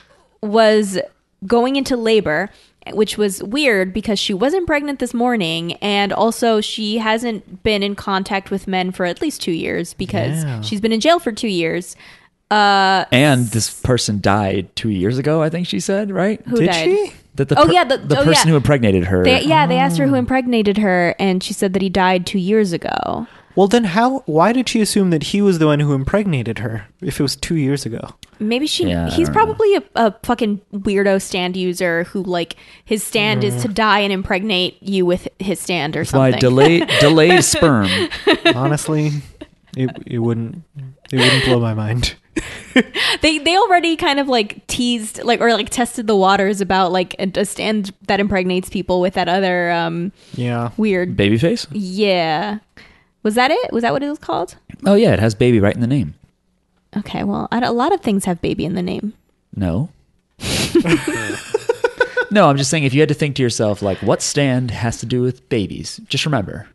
[SPEAKER 4] was going into labor which was weird because she wasn't pregnant this morning and also she hasn't been in contact with men for at least two years because
[SPEAKER 3] Yeah.
[SPEAKER 4] she's been in jail for two years uh
[SPEAKER 2] And this person died two years ago. I think she said right.
[SPEAKER 4] who
[SPEAKER 3] Did
[SPEAKER 4] died
[SPEAKER 3] she?
[SPEAKER 2] That the
[SPEAKER 4] Oh,
[SPEAKER 2] per-
[SPEAKER 4] yeah, the-
[SPEAKER 2] the
[SPEAKER 4] oh,
[SPEAKER 2] person
[SPEAKER 4] yeah.
[SPEAKER 2] who impregnated her.
[SPEAKER 4] They- yeah they asked her
[SPEAKER 2] Oh.
[SPEAKER 4] who impregnated her and she said that he died two years ago
[SPEAKER 3] Well, then how, why did she assume that he was the one who impregnated her if it was two
[SPEAKER 2] <laughs>
[SPEAKER 3] years ago?
[SPEAKER 4] Maybe she.
[SPEAKER 2] Yeah, I don't
[SPEAKER 4] he's
[SPEAKER 2] know.
[SPEAKER 4] probably a, a fucking weirdo stand user who like his stand is to die and impregnate you with his stand or
[SPEAKER 2] Mm. That's why
[SPEAKER 4] something.
[SPEAKER 2] delay
[SPEAKER 4] <laughs>
[SPEAKER 2] delay sperm.
[SPEAKER 3] Honestly, it, it wouldn't, it wouldn't blow my mind.
[SPEAKER 4] they they already kind of like teased like or like tested the waters about like a, a stand that impregnates people with that other um
[SPEAKER 3] Yeah.
[SPEAKER 4] weird.
[SPEAKER 2] Babyface?
[SPEAKER 4] Yeah, was that it? Was that what it was called?
[SPEAKER 2] Oh yeah, it has baby right in the name.
[SPEAKER 4] Okay, well, I, a lot of things have baby in the name. <laughs>
[SPEAKER 2] No. no, I'm just saying if you had to think to yourself like what stand has to do with babies, just remember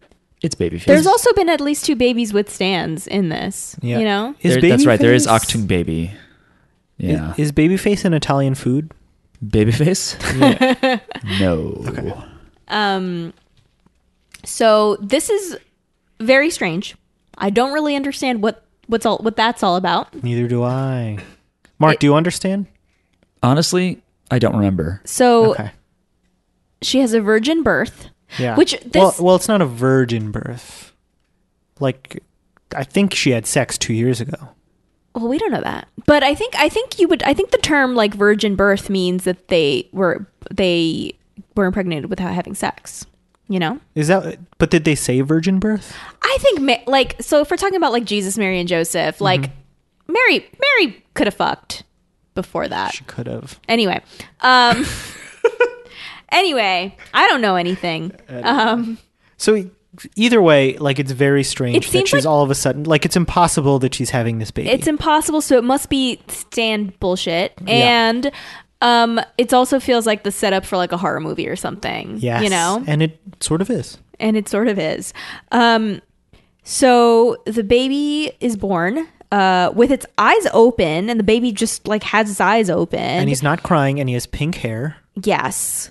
[SPEAKER 2] it's babyface.
[SPEAKER 4] There's also been at least two babies with stands in this.
[SPEAKER 3] Yeah.
[SPEAKER 4] You know,
[SPEAKER 3] Is
[SPEAKER 2] There- that's right. There is
[SPEAKER 3] Babyface-
[SPEAKER 2] Octung baby. Yeah.
[SPEAKER 3] Is, is babyface an Italian food?
[SPEAKER 2] babyface?
[SPEAKER 3] Yeah.
[SPEAKER 2] <laughs> No.
[SPEAKER 4] Um, so this is very strange. I don't really understand what what's all what that's all about.
[SPEAKER 3] Neither do I. Mark,
[SPEAKER 4] It-
[SPEAKER 3] do you understand?
[SPEAKER 2] Honestly, I don't remember.
[SPEAKER 4] So
[SPEAKER 3] okay.
[SPEAKER 4] she has a virgin birth.
[SPEAKER 3] Yeah.
[SPEAKER 4] which
[SPEAKER 3] well,
[SPEAKER 4] this-
[SPEAKER 3] well, it's not a virgin birth. Like, I think she had sex two years ago.
[SPEAKER 4] Well, we don't know that, but I think I think you would. I think the term like virgin birth means that they were they were impregnated without having sex. You know,
[SPEAKER 3] Is that? But did they say virgin birth?
[SPEAKER 4] I think ma- like so if we're talking about like Jesus, Mary, and Joseph, like
[SPEAKER 3] Mm-hmm.
[SPEAKER 4] Mary, Mary could have fucked before that.
[SPEAKER 3] She could have.
[SPEAKER 4] Anyway, um, <laughs> anyway, I don't know anything. Um,
[SPEAKER 3] So e- either way, like it's very strange
[SPEAKER 4] It
[SPEAKER 3] that
[SPEAKER 4] seems
[SPEAKER 3] she's
[SPEAKER 4] like-
[SPEAKER 3] all of a sudden like it's impossible that she's having this baby.
[SPEAKER 4] it's impossible, so it must be stand bullshit,
[SPEAKER 3] Yeah.
[SPEAKER 4] and um, it also feels like the setup for like a horror movie or something.
[SPEAKER 3] yes,
[SPEAKER 4] you know,
[SPEAKER 3] and it sort of is.
[SPEAKER 4] and it sort of is. Um, so the baby is born. Uh, with its eyes open, and the baby just like has its eyes open.
[SPEAKER 3] And he's not crying, and he has pink hair.
[SPEAKER 4] yes,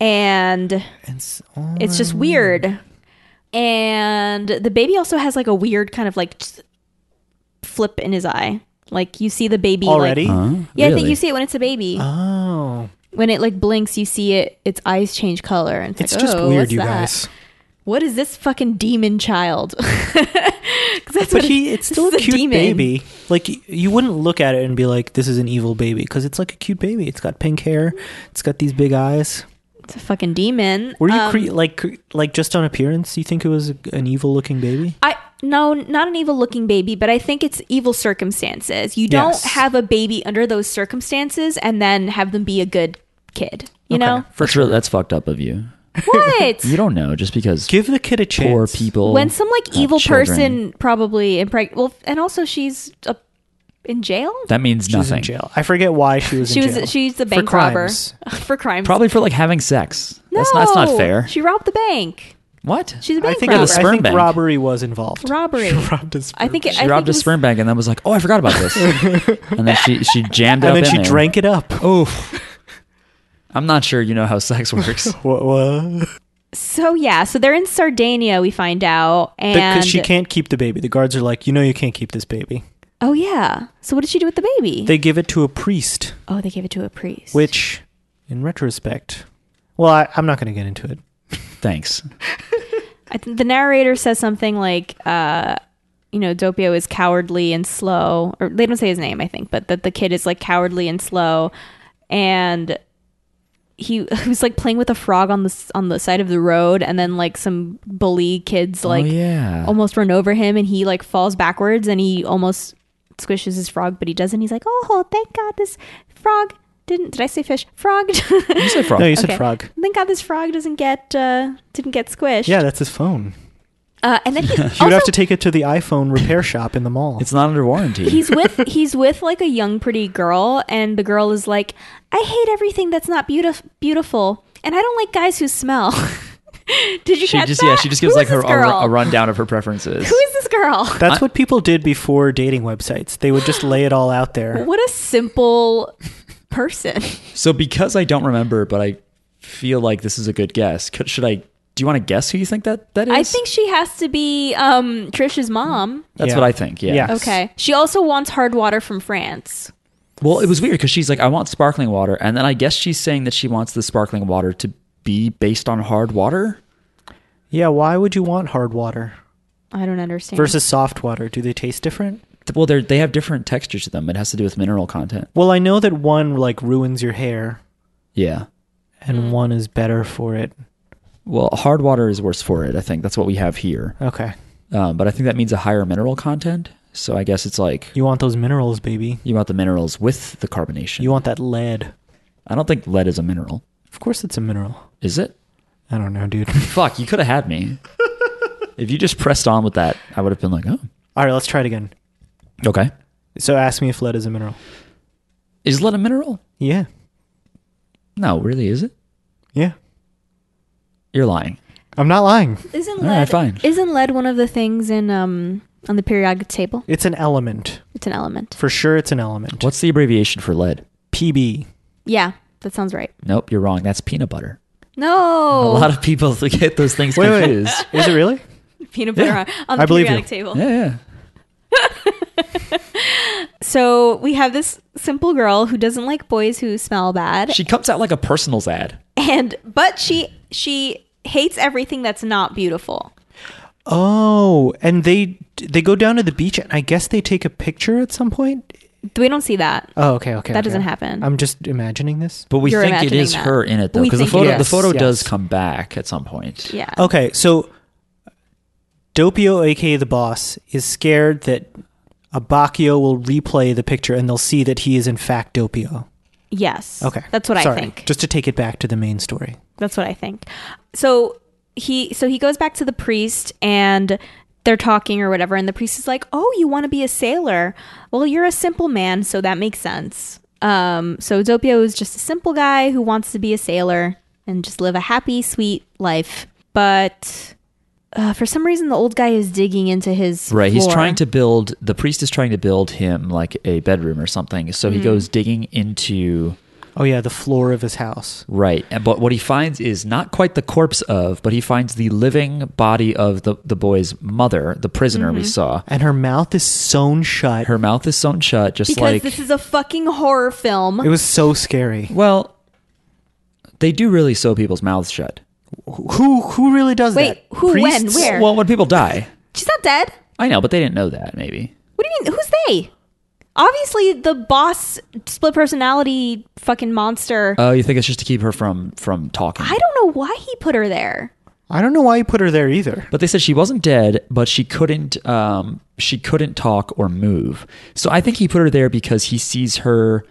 [SPEAKER 4] and
[SPEAKER 3] And s- oh,
[SPEAKER 4] It's just weird. And the baby also has like a weird kind of like just flip in his eye. Like you see the baby like-
[SPEAKER 3] already.
[SPEAKER 2] Huh?
[SPEAKER 4] yeah, I
[SPEAKER 2] Really?
[SPEAKER 4] think you see it when it's a baby.
[SPEAKER 3] oh,
[SPEAKER 4] when it like blinks, you see it. Its eyes change color, and it's,
[SPEAKER 3] it's
[SPEAKER 4] like,
[SPEAKER 3] just
[SPEAKER 4] "Oh,
[SPEAKER 3] weird,
[SPEAKER 4] what's
[SPEAKER 3] you
[SPEAKER 4] that? <laughs>
[SPEAKER 3] guys.
[SPEAKER 4] What is this fucking demon child? <laughs> 'Cause that's
[SPEAKER 3] But
[SPEAKER 4] what
[SPEAKER 3] he, it's still a
[SPEAKER 4] this is
[SPEAKER 3] cute
[SPEAKER 4] demon.
[SPEAKER 3] baby. Like y- you wouldn't look at it and be like, "This is an evil baby," because it's like a cute baby. It's got pink hair. It's got these big eyes.
[SPEAKER 4] It's a fucking demon.
[SPEAKER 3] Were you
[SPEAKER 4] Um,
[SPEAKER 3] cre- like, cre- like just on appearance? You think it was a, an evil-looking baby?
[SPEAKER 4] I no, not an evil looking baby, but I think it's evil circumstances. You don't
[SPEAKER 3] Yes.
[SPEAKER 4] have a baby under those circumstances and then have them be a good kid. You
[SPEAKER 3] Okay.
[SPEAKER 4] know?
[SPEAKER 3] <laughs>
[SPEAKER 2] For sure that's fucked up of you.
[SPEAKER 4] What?
[SPEAKER 2] You don't know just because
[SPEAKER 3] Give the kid a chance.
[SPEAKER 2] poor people.
[SPEAKER 4] when some like
[SPEAKER 2] have
[SPEAKER 4] evil
[SPEAKER 2] children,
[SPEAKER 4] person probably impreg well and also she's uh, in jail
[SPEAKER 2] that means
[SPEAKER 3] She was
[SPEAKER 2] nothing.
[SPEAKER 3] in jail. I forget why she was
[SPEAKER 4] she
[SPEAKER 3] in
[SPEAKER 4] was
[SPEAKER 3] jail.
[SPEAKER 4] she's
[SPEAKER 3] For
[SPEAKER 4] a bank robber
[SPEAKER 3] crimes.
[SPEAKER 4] <laughs> for crimes
[SPEAKER 2] Probably for like having sex.
[SPEAKER 4] no
[SPEAKER 2] That's, not, that's not fair.
[SPEAKER 4] she robbed the bank
[SPEAKER 2] what?
[SPEAKER 4] she's a
[SPEAKER 3] I
[SPEAKER 4] bank
[SPEAKER 3] think, it
[SPEAKER 4] robber
[SPEAKER 2] was
[SPEAKER 3] was, I
[SPEAKER 2] sperm
[SPEAKER 3] think
[SPEAKER 2] bank.
[SPEAKER 3] robbery was involved.
[SPEAKER 4] <laughs> robbery
[SPEAKER 3] She robbed a sperm
[SPEAKER 4] i think it,
[SPEAKER 2] she
[SPEAKER 4] I
[SPEAKER 2] robbed
[SPEAKER 4] think it
[SPEAKER 2] a
[SPEAKER 4] was-
[SPEAKER 2] sperm bank and then was like, "Oh, I forgot about
[SPEAKER 3] <laughs>
[SPEAKER 2] this," and then she she jammed it
[SPEAKER 3] and
[SPEAKER 2] up
[SPEAKER 3] then
[SPEAKER 2] in
[SPEAKER 3] she
[SPEAKER 2] there.
[SPEAKER 3] drank it up. <laughs>
[SPEAKER 2] Oof. I'm not sure you know how sex works.
[SPEAKER 3] What? what?
[SPEAKER 4] so yeah so they're in sardinia we find out and
[SPEAKER 3] Because she can't keep the baby. The guards are like, you know, you can't keep this baby.
[SPEAKER 4] oh yeah so what did she do with the baby
[SPEAKER 3] They give it to a priest,
[SPEAKER 4] oh they gave it to a priest
[SPEAKER 3] which, in retrospect, well, I, I'm not going to get into it.
[SPEAKER 2] Thanks. Oh,
[SPEAKER 4] I th- the narrator says something like, uh, you know, Doppio is cowardly and slow, or they don't say his name, I think, but that the kid is like cowardly and slow, and he, he was like playing with a frog on the s- on the side of the road, and then like some bully kids like
[SPEAKER 2] oh yeah.
[SPEAKER 4] almost run over him, and he like falls backwards, and he almost squishes his frog, but he doesn't. He's like, oh, thank God, this frog didn't. Did I say fish? Frog. <laughs>
[SPEAKER 2] you said frog.
[SPEAKER 3] No, you said
[SPEAKER 4] Okay.
[SPEAKER 3] frog.
[SPEAKER 4] thank God, this frog doesn't get uh, didn't get squished.
[SPEAKER 3] Yeah, that's his phone.
[SPEAKER 4] Uh, and
[SPEAKER 2] <laughs>
[SPEAKER 4] then he
[SPEAKER 3] She would have to take it to the iPhone repair shop in the mall.
[SPEAKER 2] it's not under warranty.
[SPEAKER 4] he's with he's with like a young pretty girl and the girl is like i hate everything that's not beautiful beautiful and i don't like guys who smell <laughs> did you
[SPEAKER 2] she
[SPEAKER 4] catch
[SPEAKER 2] just
[SPEAKER 4] that?
[SPEAKER 2] yeah she just gives
[SPEAKER 4] Who
[SPEAKER 2] like
[SPEAKER 4] is
[SPEAKER 2] her
[SPEAKER 4] this
[SPEAKER 2] a, ru-
[SPEAKER 4] girl?
[SPEAKER 2] a rundown of her preferences.
[SPEAKER 4] who is this girl <laughs>
[SPEAKER 3] That's
[SPEAKER 2] I-
[SPEAKER 3] what people did before dating websites. They would just lay it all out
[SPEAKER 4] <gasps>
[SPEAKER 3] there.
[SPEAKER 4] what a simple person
[SPEAKER 2] so because I don't remember, but I feel like this is a good guess. Could, should I? Do you want to guess who you think that that is?
[SPEAKER 4] i think she has to be um trish's mom
[SPEAKER 2] that's
[SPEAKER 3] Yeah.
[SPEAKER 2] what I think. Yeah.
[SPEAKER 3] Yeah.
[SPEAKER 4] okay she also wants hard water from france
[SPEAKER 2] Well, it was weird because she's like, I want sparkling water, and then I guess she's saying that she wants the sparkling water to be based on hard water.
[SPEAKER 3] Yeah, why would you want hard water
[SPEAKER 4] i don't understand
[SPEAKER 3] versus soft water? Do they taste different?
[SPEAKER 2] Th- Well, they they have different textures to them. It has to do with mineral content.
[SPEAKER 3] Well, I know that one like ruins your hair
[SPEAKER 2] Yeah.
[SPEAKER 3] and
[SPEAKER 4] Mm.
[SPEAKER 3] one is better for it.
[SPEAKER 2] Well, hard water is worse for it. I think that's what we have here.
[SPEAKER 3] Okay.
[SPEAKER 2] Um, but I think that means a higher mineral content. So I guess it's like
[SPEAKER 3] You want those minerals, baby.
[SPEAKER 2] you want the minerals with the carbonation.
[SPEAKER 3] You want that lead.
[SPEAKER 2] I don't think lead is a mineral.
[SPEAKER 3] Of course it's a mineral.
[SPEAKER 2] Is it?
[SPEAKER 3] I don't know, dude. <laughs>
[SPEAKER 2] Fuck, you could have had me. if you just pressed on with that, I would have been like, oh,
[SPEAKER 3] all right, let's try it again.
[SPEAKER 2] okay.
[SPEAKER 3] So ask me if lead is a mineral.
[SPEAKER 2] Is lead a mineral?
[SPEAKER 3] Yeah.
[SPEAKER 2] No, really, is it?
[SPEAKER 3] Yeah.
[SPEAKER 2] You're lying.
[SPEAKER 3] I'm not lying.
[SPEAKER 4] isn't
[SPEAKER 2] All
[SPEAKER 4] lead
[SPEAKER 2] right, fine.
[SPEAKER 4] isn't lead one of the things in um on the periodic table
[SPEAKER 3] It's an element.
[SPEAKER 4] it's an element
[SPEAKER 3] For sure it's an element.
[SPEAKER 2] What's the abbreviation for lead?
[SPEAKER 3] PB.
[SPEAKER 4] yeah that sounds right
[SPEAKER 2] Nope, you're wrong. That's peanut butter.
[SPEAKER 4] No.
[SPEAKER 2] A lot of people <laughs> get those things
[SPEAKER 3] Wait, wait.
[SPEAKER 2] confused.
[SPEAKER 3] Is it really?
[SPEAKER 4] peanut butter
[SPEAKER 2] Yeah,
[SPEAKER 4] on, on the
[SPEAKER 3] I believe you.
[SPEAKER 4] periodic table.
[SPEAKER 2] Yeah, yeah.
[SPEAKER 4] So we have this simple girl who doesn't like boys who smell bad
[SPEAKER 2] She comes out like a personals ad.
[SPEAKER 4] and but she she hates everything that's not beautiful.
[SPEAKER 3] Oh, and they they go down to the beach, and I guess they take a picture at some point.
[SPEAKER 4] We don't see that.
[SPEAKER 3] Oh, okay, okay.
[SPEAKER 4] That
[SPEAKER 3] okay.
[SPEAKER 4] doesn't happen.
[SPEAKER 3] I'm just imagining this.
[SPEAKER 2] But we
[SPEAKER 4] You're
[SPEAKER 2] think it
[SPEAKER 4] imagining
[SPEAKER 2] is
[SPEAKER 4] that.
[SPEAKER 2] her in it though,
[SPEAKER 4] We
[SPEAKER 2] because the
[SPEAKER 4] think it
[SPEAKER 2] photo the
[SPEAKER 4] is.
[SPEAKER 2] photo
[SPEAKER 3] Yes.
[SPEAKER 2] does come back at some point.
[SPEAKER 4] Yeah.
[SPEAKER 3] Okay, so Dopio, aka the boss, is scared that Abacchio will replay the picture, and they'll see that he is in fact Dopio.
[SPEAKER 4] Yes.
[SPEAKER 3] Okay,
[SPEAKER 4] That's what
[SPEAKER 3] Sorry,
[SPEAKER 4] I think.
[SPEAKER 3] Just to take it back to the main story.
[SPEAKER 4] That's what I think. So he so he goes back to the priest and they're talking or whatever and the priest is like, "Oh, you want to be a sailor? Well, you're a simple man, so that makes sense." Um so Zopio is just a simple guy who wants to be a sailor and just live a happy, sweet life. But uh, for some reason the old guy is digging into his
[SPEAKER 2] Right. He's
[SPEAKER 4] floor.
[SPEAKER 2] trying to build the priest is trying to build him like a bedroom or something. So he
[SPEAKER 4] Mm-hmm.
[SPEAKER 2] goes digging into
[SPEAKER 3] Oh yeah, the floor of his house.
[SPEAKER 2] Right. And- But what he finds is not quite the corpse of, but he finds the living body of the, the boy's mother, the prisoner
[SPEAKER 4] Mm-hmm.
[SPEAKER 2] we saw.
[SPEAKER 3] And her mouth is sewn shut.
[SPEAKER 2] Her mouth is sewn shut, just
[SPEAKER 4] because
[SPEAKER 2] like.
[SPEAKER 4] this is a fucking horror film.
[SPEAKER 3] it was so scary.
[SPEAKER 2] well, they do really sew people's mouths shut.
[SPEAKER 3] Who who really does
[SPEAKER 4] Wait,
[SPEAKER 3] that?
[SPEAKER 4] who, when,
[SPEAKER 3] Priests?
[SPEAKER 4] where?
[SPEAKER 2] Well, when people die.
[SPEAKER 4] She's not dead.
[SPEAKER 2] I know, but they didn't know that, maybe.
[SPEAKER 4] What do you mean? Who's they? Obviously, the boss split personality fucking monster.
[SPEAKER 2] Oh, you think it's just to keep her from from talking?
[SPEAKER 4] I don't know why he put her there.
[SPEAKER 3] I don't know why you put her there either.
[SPEAKER 2] But they said she wasn't dead, but she couldn't um, she couldn't talk or move. So I think he put her there because he sees her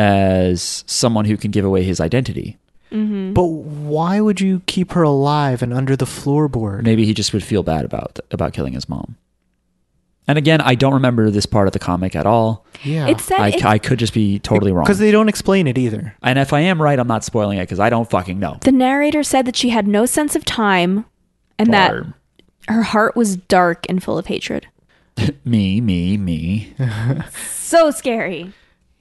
[SPEAKER 2] as someone who can give away his identity.
[SPEAKER 4] Mm-hmm.
[SPEAKER 3] But why would you keep her alive and under the floorboard?
[SPEAKER 2] Maybe he just would feel bad about about killing his mom. And again, I don't remember this part of the comic at all.
[SPEAKER 3] Yeah.
[SPEAKER 4] It's
[SPEAKER 2] I,
[SPEAKER 4] that it's,
[SPEAKER 2] I could just be totally wrong.
[SPEAKER 3] Because they don't explain it either.
[SPEAKER 2] and if I am right, I'm not spoiling it because I don't fucking know.
[SPEAKER 4] the narrator said that she had no sense of time and
[SPEAKER 2] Barb.
[SPEAKER 4] that her heart was dark and full of hatred.
[SPEAKER 2] <laughs> me, me, me.
[SPEAKER 4] So scary.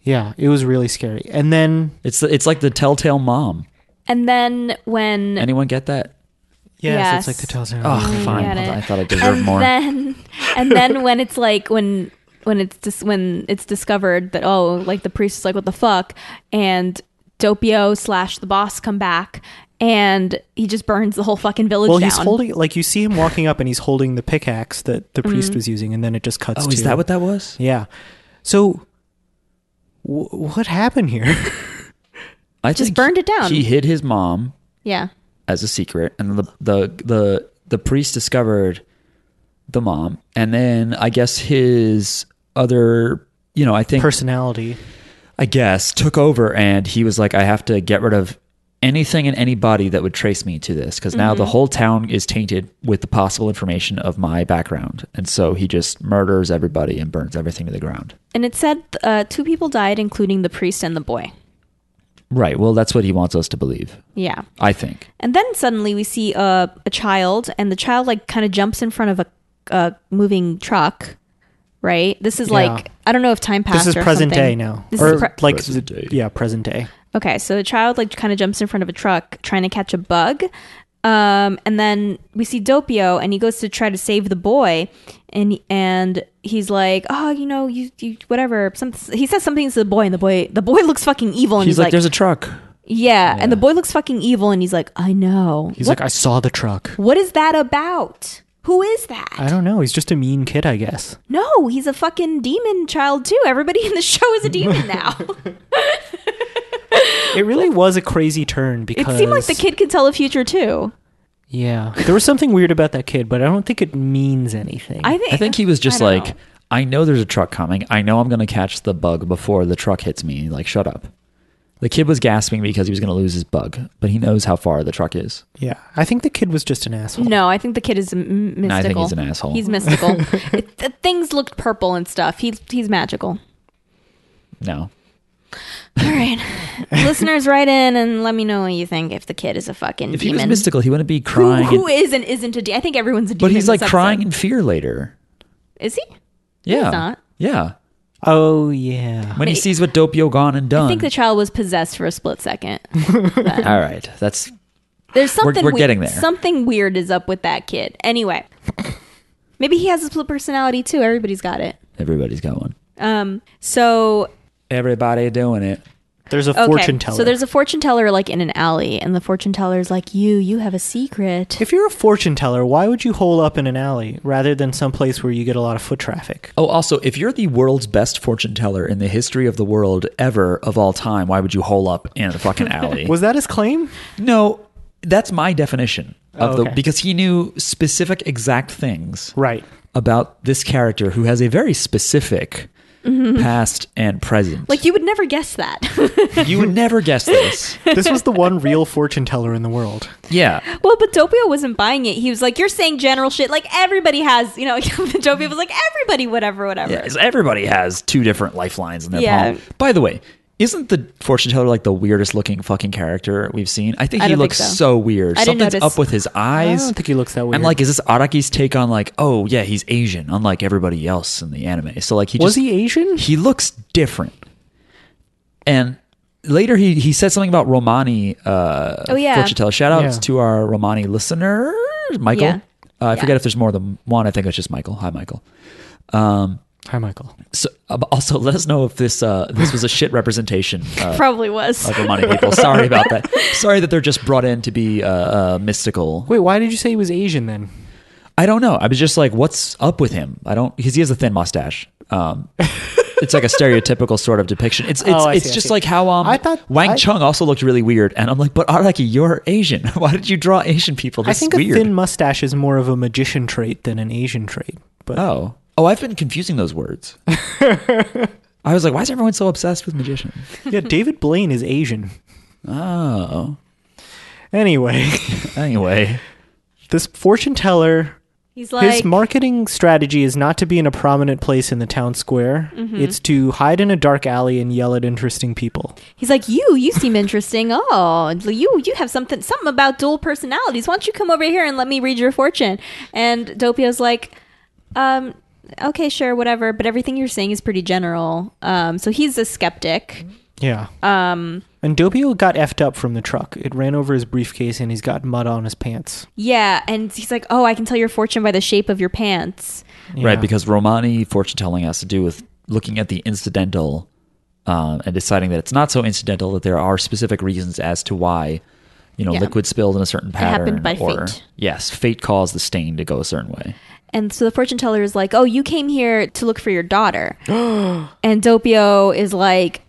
[SPEAKER 3] Yeah, it was really scary. And then
[SPEAKER 2] It's it's like the Telltale Mom.
[SPEAKER 4] And then when
[SPEAKER 2] Anyone get that?
[SPEAKER 3] yes,
[SPEAKER 4] Yes.
[SPEAKER 3] it's like the Telltale.
[SPEAKER 2] Oh,
[SPEAKER 4] I
[SPEAKER 2] fine.
[SPEAKER 4] get
[SPEAKER 2] I,
[SPEAKER 4] it.
[SPEAKER 2] thought- I thought I deserved
[SPEAKER 4] and
[SPEAKER 2] more.
[SPEAKER 4] then and then <laughs> when it's like when when it's dis- when it's discovered that oh like the priest is like what the fuck and Dopio slash the boss come back and he just burns the whole fucking village
[SPEAKER 3] Well,
[SPEAKER 4] down.
[SPEAKER 3] he's holding like you see him walking up, and he's holding the pickaxe that the
[SPEAKER 4] Mm-hmm.
[SPEAKER 3] priest was using, and then it just cuts.
[SPEAKER 2] oh,
[SPEAKER 3] to,
[SPEAKER 2] is that what that was?
[SPEAKER 3] Yeah. So, w- what happened
[SPEAKER 4] <laughs>
[SPEAKER 3] here?
[SPEAKER 2] I
[SPEAKER 4] Just
[SPEAKER 2] think
[SPEAKER 4] burned it down.
[SPEAKER 2] He hid his mom
[SPEAKER 4] yeah,
[SPEAKER 2] as a secret, and the the the the priest discovered the mom, and then I guess his other, you know, I think
[SPEAKER 3] Personality.
[SPEAKER 2] I guess, took over and he was like, I have to get rid of anything and anybody that would trace me to this because now the
[SPEAKER 4] Mm-hmm.
[SPEAKER 2] whole town is tainted with the possible information of my background. And so he just murders everybody and burns everything to the ground.
[SPEAKER 4] and it said uh, two people died, including the priest and the boy.
[SPEAKER 2] Right. Well, that's what he wants us to believe,
[SPEAKER 4] Yeah,
[SPEAKER 2] I think.
[SPEAKER 4] and then suddenly we see a a child, and the child like kind of jumps in front of a, a moving truck. Right. This is like
[SPEAKER 3] Yeah.
[SPEAKER 4] I don't know if time passed.
[SPEAKER 3] This is
[SPEAKER 4] or
[SPEAKER 3] present
[SPEAKER 4] something.
[SPEAKER 3] day now,
[SPEAKER 4] This
[SPEAKER 3] or
[SPEAKER 4] is pre-
[SPEAKER 3] like
[SPEAKER 2] Present
[SPEAKER 3] the-
[SPEAKER 2] day.
[SPEAKER 3] yeah, present day.
[SPEAKER 4] Okay, so the child like kind of jumps in front of a truck trying to catch a bug. Um, and then we see Dopio and he goes to try to save the boy and and he's like, "Oh, you know, you, you whatever." Some he says something to the boy and the boy the boy <laughs> looks fucking evil and
[SPEAKER 2] He's,
[SPEAKER 4] he's,
[SPEAKER 2] like, there's a truck.
[SPEAKER 4] yeah, and the boy looks fucking evil and he's like, "I know."
[SPEAKER 3] He's
[SPEAKER 4] what,
[SPEAKER 3] like, I saw the truck.
[SPEAKER 4] "What is that about? Who is that?"
[SPEAKER 3] I don't know. He's just a mean kid, I guess.
[SPEAKER 4] no, he's a fucking demon child too. Everybody <laughs> in the show is a
[SPEAKER 2] <laughs>
[SPEAKER 4] demon now.
[SPEAKER 3] It really was a crazy turn
[SPEAKER 4] it
[SPEAKER 3] because
[SPEAKER 4] seemed like the kid could tell the future too.
[SPEAKER 3] Yeah, there was something weird about that kid, but I don't think it means anything.
[SPEAKER 4] I think
[SPEAKER 2] I think he was just
[SPEAKER 4] I don't
[SPEAKER 2] like,
[SPEAKER 4] know.
[SPEAKER 2] I know there's a truck coming. I know I'm going to catch the bug before the truck hits me. Like, shut up. The kid was gasping because he was going to lose his bug, but he knows how far the truck is.
[SPEAKER 3] yeah, I think the kid was just an asshole.
[SPEAKER 4] No, I think the kid is m- mystical.
[SPEAKER 2] I think he's an asshole. <laughs>
[SPEAKER 4] He's mystical. it, th- things looked purple and stuff. He he's magical.
[SPEAKER 2] No. <laughs>
[SPEAKER 4] All right, listeners, write in and let me know what you think. If the kid is a fucking
[SPEAKER 2] If he
[SPEAKER 4] demon,
[SPEAKER 2] was mystical, he wouldn't be
[SPEAKER 4] who,
[SPEAKER 2] crying.
[SPEAKER 4] who
[SPEAKER 2] and-
[SPEAKER 4] is and isn't a demon? I think everyone's a demon.
[SPEAKER 2] but he's
[SPEAKER 4] in
[SPEAKER 2] like
[SPEAKER 4] this
[SPEAKER 2] crying in
[SPEAKER 4] episode.
[SPEAKER 2] fear later.
[SPEAKER 4] Is he?
[SPEAKER 2] Yeah.
[SPEAKER 4] not.
[SPEAKER 2] Yeah.
[SPEAKER 3] Oh yeah,
[SPEAKER 2] When he
[SPEAKER 4] Wait.
[SPEAKER 2] sees what Dopio gone and done.
[SPEAKER 4] I think the child was possessed for a split second.
[SPEAKER 2] All right. That's
[SPEAKER 4] There's something
[SPEAKER 2] we're
[SPEAKER 4] we-
[SPEAKER 2] getting there.
[SPEAKER 4] Something weird is up with that kid. Anyway, maybe he has a split personality too. Everybody's got it.
[SPEAKER 2] everybody's got one.
[SPEAKER 4] Um. So
[SPEAKER 2] Everybody doing it.
[SPEAKER 3] there's a fortune teller.
[SPEAKER 4] So there's a fortune teller like in an alley, and the fortune teller's like, "You, you have a secret."
[SPEAKER 3] if you're a fortune teller, why would you hole up in an alley rather than someplace where you get a lot of foot traffic?
[SPEAKER 2] Oh, also, if you're the world's best fortune teller in the history of the world ever of all time, why would you hole up in a
[SPEAKER 4] <laughs>
[SPEAKER 2] fucking alley?
[SPEAKER 3] Was that his claim?
[SPEAKER 2] no, that's my definition of
[SPEAKER 3] Oh,
[SPEAKER 2] the
[SPEAKER 3] okay.
[SPEAKER 2] because he knew specific exact things
[SPEAKER 3] Right.
[SPEAKER 2] about this character who has a very specific past and present.
[SPEAKER 4] Mm-hmm. Like you would never guess that. <laughs>
[SPEAKER 2] you would never guess this.
[SPEAKER 3] This was the one real fortune teller in the world.
[SPEAKER 2] Yeah.
[SPEAKER 4] well, but Topio wasn't buying it. He was like, "You're saying general shit. Like everybody has, you know." <laughs> Topio was like, "Everybody, whatever, whatever."
[SPEAKER 2] Yeah, 'cause everybody has two different lifelines in their
[SPEAKER 4] Yeah.
[SPEAKER 2] palm. By the way, isn't the fortune teller like the weirdest looking fucking character we've seen? I think
[SPEAKER 4] I
[SPEAKER 2] he
[SPEAKER 4] don't think
[SPEAKER 2] looks
[SPEAKER 4] so.
[SPEAKER 2] so. weird.
[SPEAKER 4] I didn't
[SPEAKER 2] Something's
[SPEAKER 4] notice.
[SPEAKER 2] up with his eyes.
[SPEAKER 3] I don't think he looks that weird.
[SPEAKER 2] And like, is this Araki's take on like, oh yeah, he's Asian, unlike everybody else in the anime? So like, he
[SPEAKER 3] was
[SPEAKER 2] just,
[SPEAKER 3] he Asian?
[SPEAKER 2] He looks different. And later he he said something about Romani uh
[SPEAKER 4] Oh, yeah.
[SPEAKER 2] fortune teller. Shout outs
[SPEAKER 3] Yeah.
[SPEAKER 2] to our Romani listeners, Michael.
[SPEAKER 4] Yeah.
[SPEAKER 2] Uh, I
[SPEAKER 4] Yeah.
[SPEAKER 2] forget if there's more than one. I think it's just Michael. Hi, Michael.
[SPEAKER 3] Hi, Michael.
[SPEAKER 2] So, uh, but also, let us know if this uh, this was a shit representation uh,
[SPEAKER 4] Probably was.
[SPEAKER 2] of Romani people. Sorry about that. Sorry that they're just brought in to be uh, uh, mystical.
[SPEAKER 3] Wait, why did you say he was Asian then?
[SPEAKER 2] I don't know. I was just like, what's up with him? I don't because he has a thin mustache. Um, it's like a stereotypical sort of depiction. It's it's,
[SPEAKER 3] Oh, I
[SPEAKER 2] it's
[SPEAKER 3] see, I
[SPEAKER 2] just
[SPEAKER 3] see.
[SPEAKER 2] like how um
[SPEAKER 3] I thought-
[SPEAKER 2] Wang
[SPEAKER 3] I-
[SPEAKER 2] Chung also looked really weird, and I'm like, but Araki, you're Asian. <laughs> Why did you draw Asian people?
[SPEAKER 3] I
[SPEAKER 2] This
[SPEAKER 3] think
[SPEAKER 2] is weird.
[SPEAKER 3] a thin mustache is more of a magician trait than an Asian trait. But
[SPEAKER 2] oh oh, I've been confusing those
[SPEAKER 3] <laughs>
[SPEAKER 2] words. I was like, why is everyone so obsessed with magician?
[SPEAKER 3] yeah, David Blaine is Asian.
[SPEAKER 2] Oh.
[SPEAKER 3] Anyway, <laughs>
[SPEAKER 2] Anyway,
[SPEAKER 3] this fortune teller
[SPEAKER 4] He's like,
[SPEAKER 3] His marketing strategy is not to be in a prominent place in the town square. It's to hide in a dark alley and yell at interesting people.
[SPEAKER 4] he's like, you, you seem interesting. Oh, you, you have something, something about dual personalities. Why don't you come over here and let me read your fortune? And Dopio's like, um, okay, sure, whatever. But everything you're saying is pretty general. Um, so he's a skeptic.
[SPEAKER 3] Yeah.
[SPEAKER 4] Um,
[SPEAKER 3] And Dobio got effed up from the truck. It ran over his briefcase and he's got mud on his pants.
[SPEAKER 4] yeah. And he's like, oh, I can tell your fortune by the shape of your pants.
[SPEAKER 3] Yeah.
[SPEAKER 2] right, because Romani fortune telling has to do with looking at the incidental um, and deciding that it's not so incidental that there are specific reasons as to why, you know,
[SPEAKER 4] Yeah.
[SPEAKER 2] liquid spilled in a certain pattern.
[SPEAKER 4] happened by
[SPEAKER 2] or,
[SPEAKER 4] fate.
[SPEAKER 2] Yes, fate caused the stain to go a certain way.
[SPEAKER 4] And so the fortune teller is like, "Oh, you came here to look for your
[SPEAKER 3] <gasps>
[SPEAKER 4] daughter," and Dopio is like,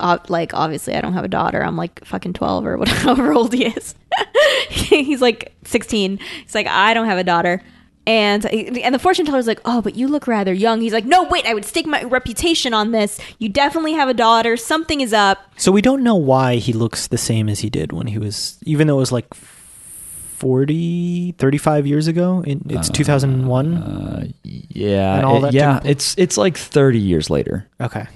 [SPEAKER 4] uh, "Like, obviously, I don't have a daughter. I'm like fucking twelve or <laughs> whatever however old he is." <laughs> He's like sixteen. He's like, "I don't have a daughter," and and the fortune teller's like, "Oh, but you look rather young." He's like, "No, wait, I would stake my reputation on this. You definitely have a daughter. Something is up."
[SPEAKER 3] So we don't know why he looks the same as he did when he was, even though it was like 40, 35 years ago. In, it's 2001.
[SPEAKER 2] Yeah,
[SPEAKER 3] And all
[SPEAKER 2] it-
[SPEAKER 3] that
[SPEAKER 2] yeah,
[SPEAKER 3] temple.
[SPEAKER 2] it's it's like thirty years later.
[SPEAKER 3] okay.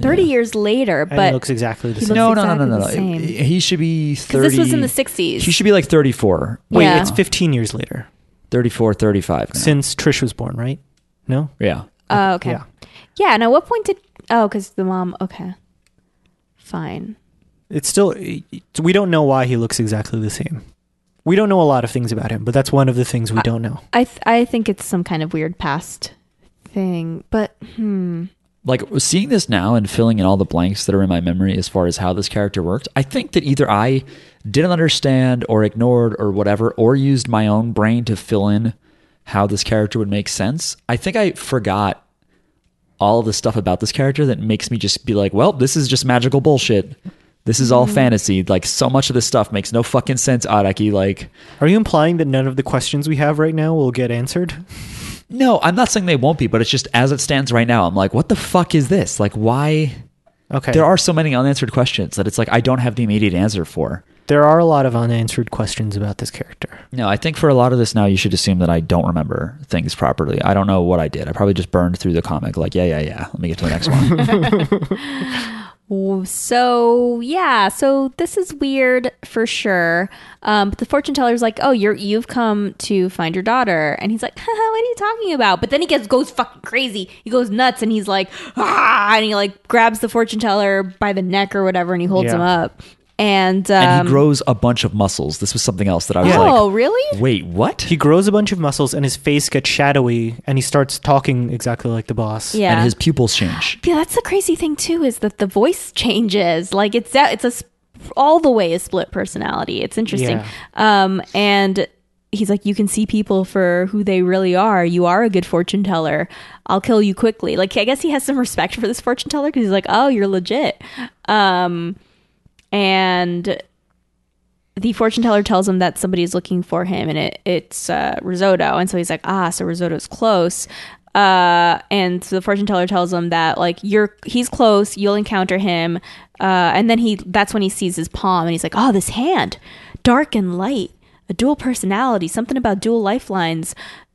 [SPEAKER 4] Thirty years later,
[SPEAKER 3] And he
[SPEAKER 4] but
[SPEAKER 3] looks exactly the
[SPEAKER 4] he
[SPEAKER 3] same.
[SPEAKER 4] looks-
[SPEAKER 2] No, no, no, no, no,
[SPEAKER 4] exactly the
[SPEAKER 2] It-
[SPEAKER 4] same.
[SPEAKER 2] He should be thirty.
[SPEAKER 4] this was in the '60s.
[SPEAKER 2] He should be like 34.
[SPEAKER 3] Wait,
[SPEAKER 4] Yeah.
[SPEAKER 3] it's 15 years later
[SPEAKER 2] 34, 35. now.
[SPEAKER 3] since Trish was born, right? No?
[SPEAKER 2] yeah.
[SPEAKER 4] Oh, okay.
[SPEAKER 3] Yeah.
[SPEAKER 4] Yeah. and at what point did? Oh, because the mom. Okay. Fine.
[SPEAKER 3] it's still we don't know why he looks exactly the same we don't know a lot of things about him but that's one of the things we don't know
[SPEAKER 4] I th- I think it's some kind of weird past thing, but hmm.
[SPEAKER 2] Like seeing this now and filling in all the blanks that are in my memory as far as how this character worked, I think that either I didn't understand or ignored or whatever, or used my own brain to fill in how this character would make sense. I think I forgot all the stuff about this character that makes me just be like, well, this is just magical bullshit. This is all fantasy. Like so much of this stuff makes no fucking sense, Araki. Like
[SPEAKER 3] are you implying that none of the questions we have right now will get answered
[SPEAKER 2] No, I'm not saying they won't be, but it's just as it stands right now, I'm like, what the fuck is this? Like, why?
[SPEAKER 3] okay
[SPEAKER 2] There are so many unanswered questions that it's like, I don't have the immediate answer for.
[SPEAKER 3] there are a lot of unanswered questions about this character
[SPEAKER 2] No, I think for a lot of this now, you should assume that I don't remember things properly. I don't know what I did. I probably just burned through the comic, like, yeah, yeah, yeah. Let me get to the next <laughs> one.
[SPEAKER 4] W- So yeah, so this is weird for sure. Um, but the fortune teller's like, "Oh, you're you've come to find your daughter," and he's like, <laughs> Haha, "What are you talking about?" But then he gets goes fucking crazy. He goes nuts, and he's like, <laughs> "Ah!" and he like grabs the fortune teller by the neck or whatever, and he holds
[SPEAKER 3] Yeah.
[SPEAKER 4] him up. And, um,
[SPEAKER 2] and he grows a bunch of muscles. This was something else that I was
[SPEAKER 4] oh,
[SPEAKER 2] like,
[SPEAKER 4] really?
[SPEAKER 2] wait, what?
[SPEAKER 3] he grows a bunch of muscles and his face gets shadowy and he starts talking exactly like the boss
[SPEAKER 4] Yeah.
[SPEAKER 2] And his pupils change.
[SPEAKER 4] Yeah, that's the crazy thing too is that the voice changes. Like it's that it's a sp- all the way a split personality. It's interesting.
[SPEAKER 3] Yeah.
[SPEAKER 4] Um, and he's like, you can see people for who they really are. You are a good fortune teller. I'll kill you quickly. Like I guess he has some respect for this fortune teller because he's like, oh, you're legit. Um, and the fortune teller tells him that somebody is looking for him and it, it's uh, risotto and so he's like ah so risotto's close uh, and so the fortune teller tells him that like you're he's close you'll encounter him uh, and then he that's when he sees his palm and he's like oh this hand dark and light a dual personality something about dual lifelines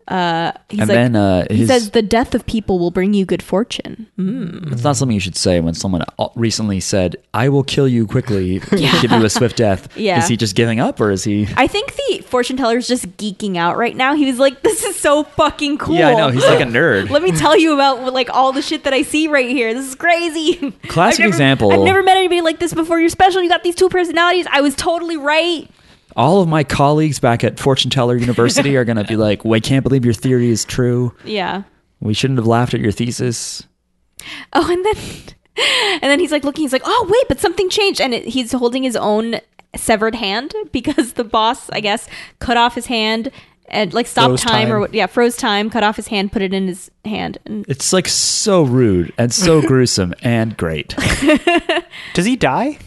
[SPEAKER 4] uh, he's
[SPEAKER 2] And
[SPEAKER 4] like
[SPEAKER 2] then, uh,
[SPEAKER 4] he
[SPEAKER 2] his-
[SPEAKER 4] says the death of people will bring you good fortune mm.
[SPEAKER 2] It's not something you should say when someone uh, recently said, I will kill you
[SPEAKER 4] <laughs>
[SPEAKER 2] quickly, give you a swift death.
[SPEAKER 4] Yeah.
[SPEAKER 2] Is he just giving up or is he.
[SPEAKER 4] I think the fortune teller's just geeking out right now he was like this is so fucking cool
[SPEAKER 2] Yeah, I know. He's
[SPEAKER 4] <laughs>
[SPEAKER 2] like a nerd.
[SPEAKER 4] Let me tell you about like all the shit that I see right here. This is crazy. <laughs>
[SPEAKER 2] Classic
[SPEAKER 4] I've never-
[SPEAKER 2] example.
[SPEAKER 4] I've never met anybody like this before. You're special. You got these two personalities. I was totally right.
[SPEAKER 2] All of my colleagues back at Fortune Teller University are going to be like, "We can't believe your theory is true.
[SPEAKER 4] Yeah.
[SPEAKER 2] We shouldn't have laughed at your thesis."
[SPEAKER 4] Oh, and then and then <laughs> he's like looking. He's like, oh wait, but something changed. And it, he's holding his own severed hand <laughs> because the boss, I guess, cut off his hand and like
[SPEAKER 3] Froze
[SPEAKER 4] stopped time, or
[SPEAKER 3] time.
[SPEAKER 4] what? Yeah, froze time, cut off his hand, put it in his hand, and
[SPEAKER 2] It's like so rude and so gruesome and great.
[SPEAKER 3] does he die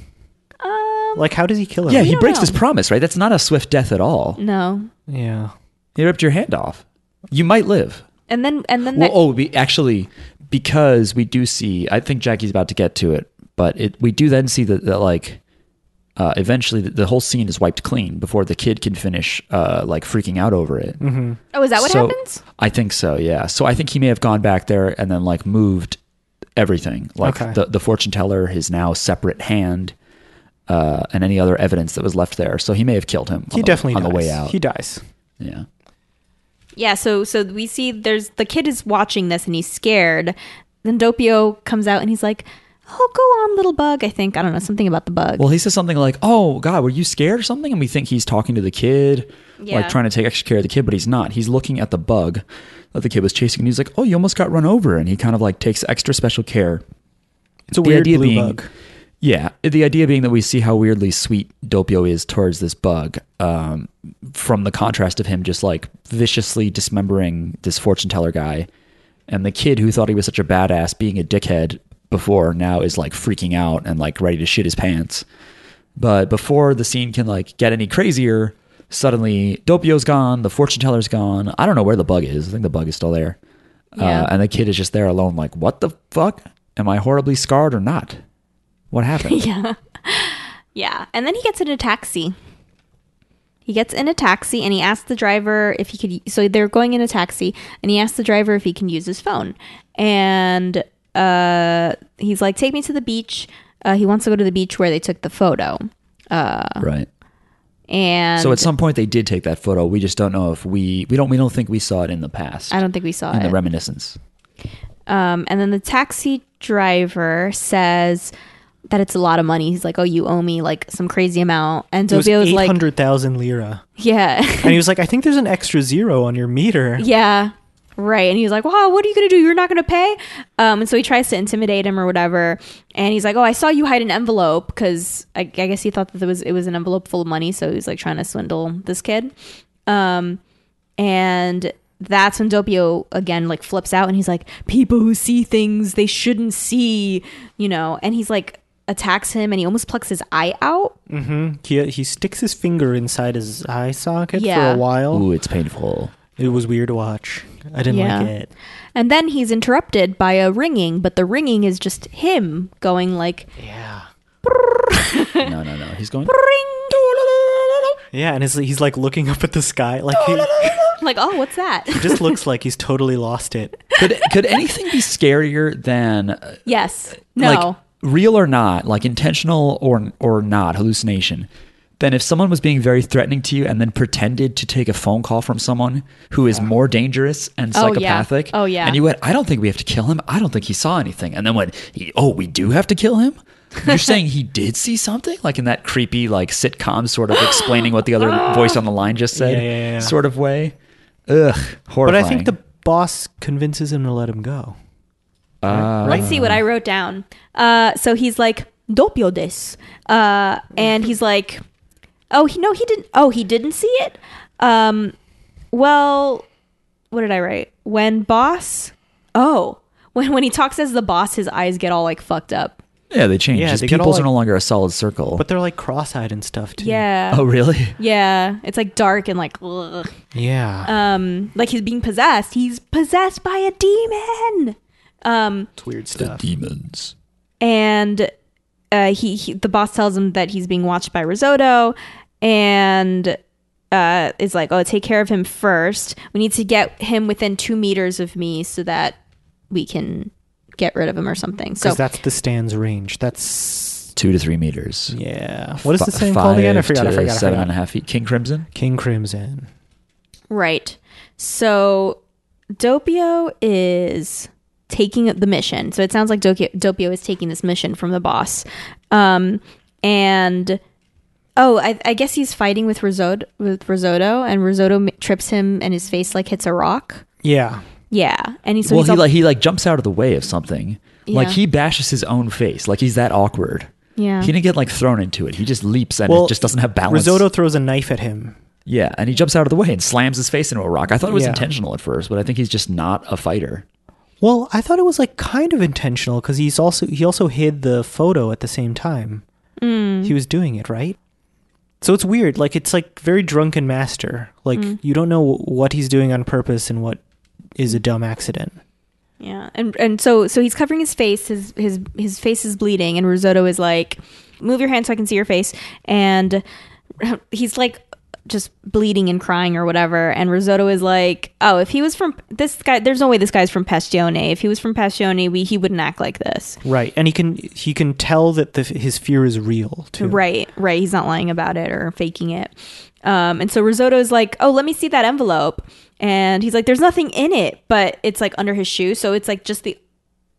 [SPEAKER 4] um,
[SPEAKER 3] like how does he kill him
[SPEAKER 2] Yeah, he
[SPEAKER 4] don't
[SPEAKER 2] breaks
[SPEAKER 4] know.
[SPEAKER 2] his promise, right? That's not a swift death at all.
[SPEAKER 4] no.
[SPEAKER 3] yeah
[SPEAKER 2] He ripped your hand off. You might live.
[SPEAKER 4] And then and then
[SPEAKER 2] Well,
[SPEAKER 4] that,
[SPEAKER 2] oh, we actually because we do see. I think Jackie's about to get to it, but it we do then see that, that like uh, eventually the, the whole scene is wiped clean before the kid can finish uh, like freaking out over it.
[SPEAKER 4] Oh, is that what
[SPEAKER 2] So-
[SPEAKER 4] happens?
[SPEAKER 2] I think so. Yeah. So I think he may have gone back there and then like moved everything, like
[SPEAKER 3] Okay.
[SPEAKER 2] the the fortune teller, his now separate hand, uh, and any other evidence that was left there. So he may have killed him.
[SPEAKER 3] He
[SPEAKER 2] on the-
[SPEAKER 3] definitely
[SPEAKER 2] on
[SPEAKER 3] dies.
[SPEAKER 2] the way out.
[SPEAKER 3] He dies.
[SPEAKER 2] yeah.
[SPEAKER 4] Yeah, so so we see there's the kid is watching this and he's scared. Then Doppio comes out and he's like, "Oh, go on, little bug." I think I don't know something about the bug.
[SPEAKER 2] Well, he says something like, "Oh God, were you scared or something?" And we think he's talking to the kid,
[SPEAKER 4] Yeah.
[SPEAKER 2] like trying to take extra care of the kid, but he's not. He's looking at the bug that the kid was chasing, and he's like, "Oh, you almost got run over," and he kind of like takes extra special care.
[SPEAKER 3] It's a
[SPEAKER 2] The
[SPEAKER 3] weird
[SPEAKER 2] idea
[SPEAKER 3] blue
[SPEAKER 2] being-
[SPEAKER 3] bug.
[SPEAKER 2] Yeah, the idea being that we see how weirdly sweet Doppio is towards this bug, um, from the contrast of him just like viciously dismembering this fortune teller guy, and the kid who thought he was such a badass being a dickhead before now is like freaking out and like ready to shit his pants. But before the scene can like get any crazier, suddenly Doppio's gone, the fortune teller's gone. I don't know where the bug is. I think the bug is still there.
[SPEAKER 4] Yeah.
[SPEAKER 2] Uh, and the kid is just there alone, like, what the fuck? Am I horribly scarred or not? What happened?
[SPEAKER 4] <laughs> yeah, yeah. And then he gets in a taxi. He gets in a taxi and he asks the driver if he could. So they're going in a taxi and he asks the driver if he can use his phone. And uh, he's like, "Take me to the beach." Uh, he wants to go to the beach where they took the photo.
[SPEAKER 2] right.
[SPEAKER 4] And
[SPEAKER 2] So at some point they did take that photo. We just don't know if we we don't we don't think we saw it in the past.
[SPEAKER 4] I don't think we saw
[SPEAKER 2] in
[SPEAKER 4] it.
[SPEAKER 2] the reminiscence.
[SPEAKER 4] Um, and then the taxi driver says that it's a lot of money. He's like, "Oh, you owe me like some crazy amount." And
[SPEAKER 3] It was
[SPEAKER 4] Dobio was
[SPEAKER 3] eight
[SPEAKER 4] like,
[SPEAKER 3] hundred thousand lira,
[SPEAKER 4] "Yeah, <laughs>
[SPEAKER 3] and he was like, "I think there's an extra zero on your meter."
[SPEAKER 4] yeah, right." And he's like, "Wow, what are you gonna do? You're not gonna pay?" Um, and so he tries to intimidate him or whatever. And he's like, "Oh, I saw you hide an envelope because I, I guess he thought that there was it was an envelope full of money, so he was like trying to swindle this kid." Um, and that's when Doppio again like flips out and he's like, "People who see things they shouldn't see," you know, and he's like attacks him and he almost plucks his eye out.
[SPEAKER 3] He he sticks his finger inside his eye socket
[SPEAKER 4] Yeah.
[SPEAKER 3] for a while.
[SPEAKER 2] Ooh, it's
[SPEAKER 4] <laughs>
[SPEAKER 2] painful.
[SPEAKER 3] It was weird to watch. I didn't
[SPEAKER 4] Yeah.
[SPEAKER 3] like it.
[SPEAKER 4] And then he's interrupted by a ringing, but the ringing is just him going like
[SPEAKER 3] Yeah.
[SPEAKER 2] No, no, no. He's going
[SPEAKER 4] ring.
[SPEAKER 3] Yeah, and his, he's like looking up at the sky, like he
[SPEAKER 4] <laughs> Like, "Oh, what's that?"
[SPEAKER 3] just looks like he's totally lost it.
[SPEAKER 2] Could could anything be scarier than uh,
[SPEAKER 4] yes. No.
[SPEAKER 2] like real or not, like intentional or or not hallucination? Than if someone was being very threatening to you and then pretended to take a phone call from someone who is more dangerous and
[SPEAKER 4] Oh, yeah.
[SPEAKER 2] psychopathic.
[SPEAKER 4] Oh, yeah.
[SPEAKER 2] And you went, I don't think we have to kill him. I don't think he saw anything. And then went, he, oh, we do have to kill him?
[SPEAKER 3] <laughs>
[SPEAKER 2] You're saying he did see something? Like in that creepy, like sitcom sort of explaining what the other voice on the line
[SPEAKER 3] <gasps>
[SPEAKER 2] just said
[SPEAKER 3] Yeah, yeah, yeah.
[SPEAKER 2] sort of way. Ugh,
[SPEAKER 3] But
[SPEAKER 2] horrifying.
[SPEAKER 3] I think the boss convinces him to let him go.
[SPEAKER 4] Let's see what I wrote down. Uh, so he's like doppio des, uh, and he's like, oh, he no, he didn't. Oh, he didn't see it. Um, well, what did I write? When boss? Oh, when when he talks as the boss, his eyes get all like fucked up.
[SPEAKER 2] yeah, they changed.
[SPEAKER 3] Yeah,
[SPEAKER 2] His
[SPEAKER 3] they get all,
[SPEAKER 2] pupils are
[SPEAKER 3] like-
[SPEAKER 2] no longer a solid circle.
[SPEAKER 3] But they're like cross-eyed and stuff too.
[SPEAKER 4] Yeah,
[SPEAKER 2] oh, really?
[SPEAKER 4] yeah. It's like dark and like, ugh.
[SPEAKER 3] Yeah.
[SPEAKER 4] um, like he's being possessed. He's possessed by a demon. Um,
[SPEAKER 3] it's weird stuff.
[SPEAKER 2] demons.
[SPEAKER 4] and uh, he, he the boss tells him that he's being watched by Risotto, and uh, is like, "Oh, take care of him first. We need to get him within two meters of me so that we can get rid of him or something." So
[SPEAKER 3] Because that's the stand's range. That's
[SPEAKER 2] Two to three meters.
[SPEAKER 3] yeah. What is the
[SPEAKER 2] Fi-
[SPEAKER 3] saying called again? I
[SPEAKER 2] five
[SPEAKER 3] forgot. I
[SPEAKER 2] to
[SPEAKER 3] forgot. I
[SPEAKER 2] seven and a
[SPEAKER 3] forgot.
[SPEAKER 2] half feet. King Crimson.
[SPEAKER 3] King Crimson.
[SPEAKER 4] right, so Doppio is taking the mission. So it sounds like Doki- Doppio is taking this mission from the boss, um, and. Oh, I, I guess he's fighting with Risotto, with Risotto, and Risotto m- trips him, and his face like hits a rock.
[SPEAKER 3] Yeah.
[SPEAKER 4] Yeah, and he so
[SPEAKER 2] well,
[SPEAKER 4] he's
[SPEAKER 2] he
[SPEAKER 4] all-
[SPEAKER 2] like he like jumps out of the way of something. Like
[SPEAKER 4] Yeah.
[SPEAKER 2] he bashes his own face. Like he's that awkward.
[SPEAKER 4] yeah,
[SPEAKER 2] He didn't get like thrown into it. He just leaps and
[SPEAKER 3] Well,
[SPEAKER 2] it just doesn't have balance.
[SPEAKER 3] Risotto throws a knife at him.
[SPEAKER 2] Yeah, and he jumps out of the way and slams his face into a rock. I thought it was
[SPEAKER 3] Yeah.
[SPEAKER 2] intentional at first, but I think he's just not a fighter.
[SPEAKER 3] Well, I thought it was like kind of intentional because he's also he also hid the photo at the same time.
[SPEAKER 4] Mm.
[SPEAKER 3] He was doing it right. So it's weird. Like it's like very drunken master. Like
[SPEAKER 4] Mm.
[SPEAKER 3] you don't know what he's doing on purpose and what is a dumb accident.
[SPEAKER 4] yeah, and and so so he's covering his face. His his his face is bleeding, and Risotto is like, move your hand so I can see your face. And <laughs> he's like just bleeding and crying or whatever. And Risotto is like, oh, if he was from this guy, there's no way this guy's from Pastione. If he was from Pastione, we, he wouldn't act like this.
[SPEAKER 3] Right, and he can he can tell that the, his fear is real too.
[SPEAKER 4] Right, right. He's not lying about it or faking it. Um, and so Risotto's like, oh, let me see that envelope. And he's like, there's nothing in it, but it's like under his shoe. So it's like just the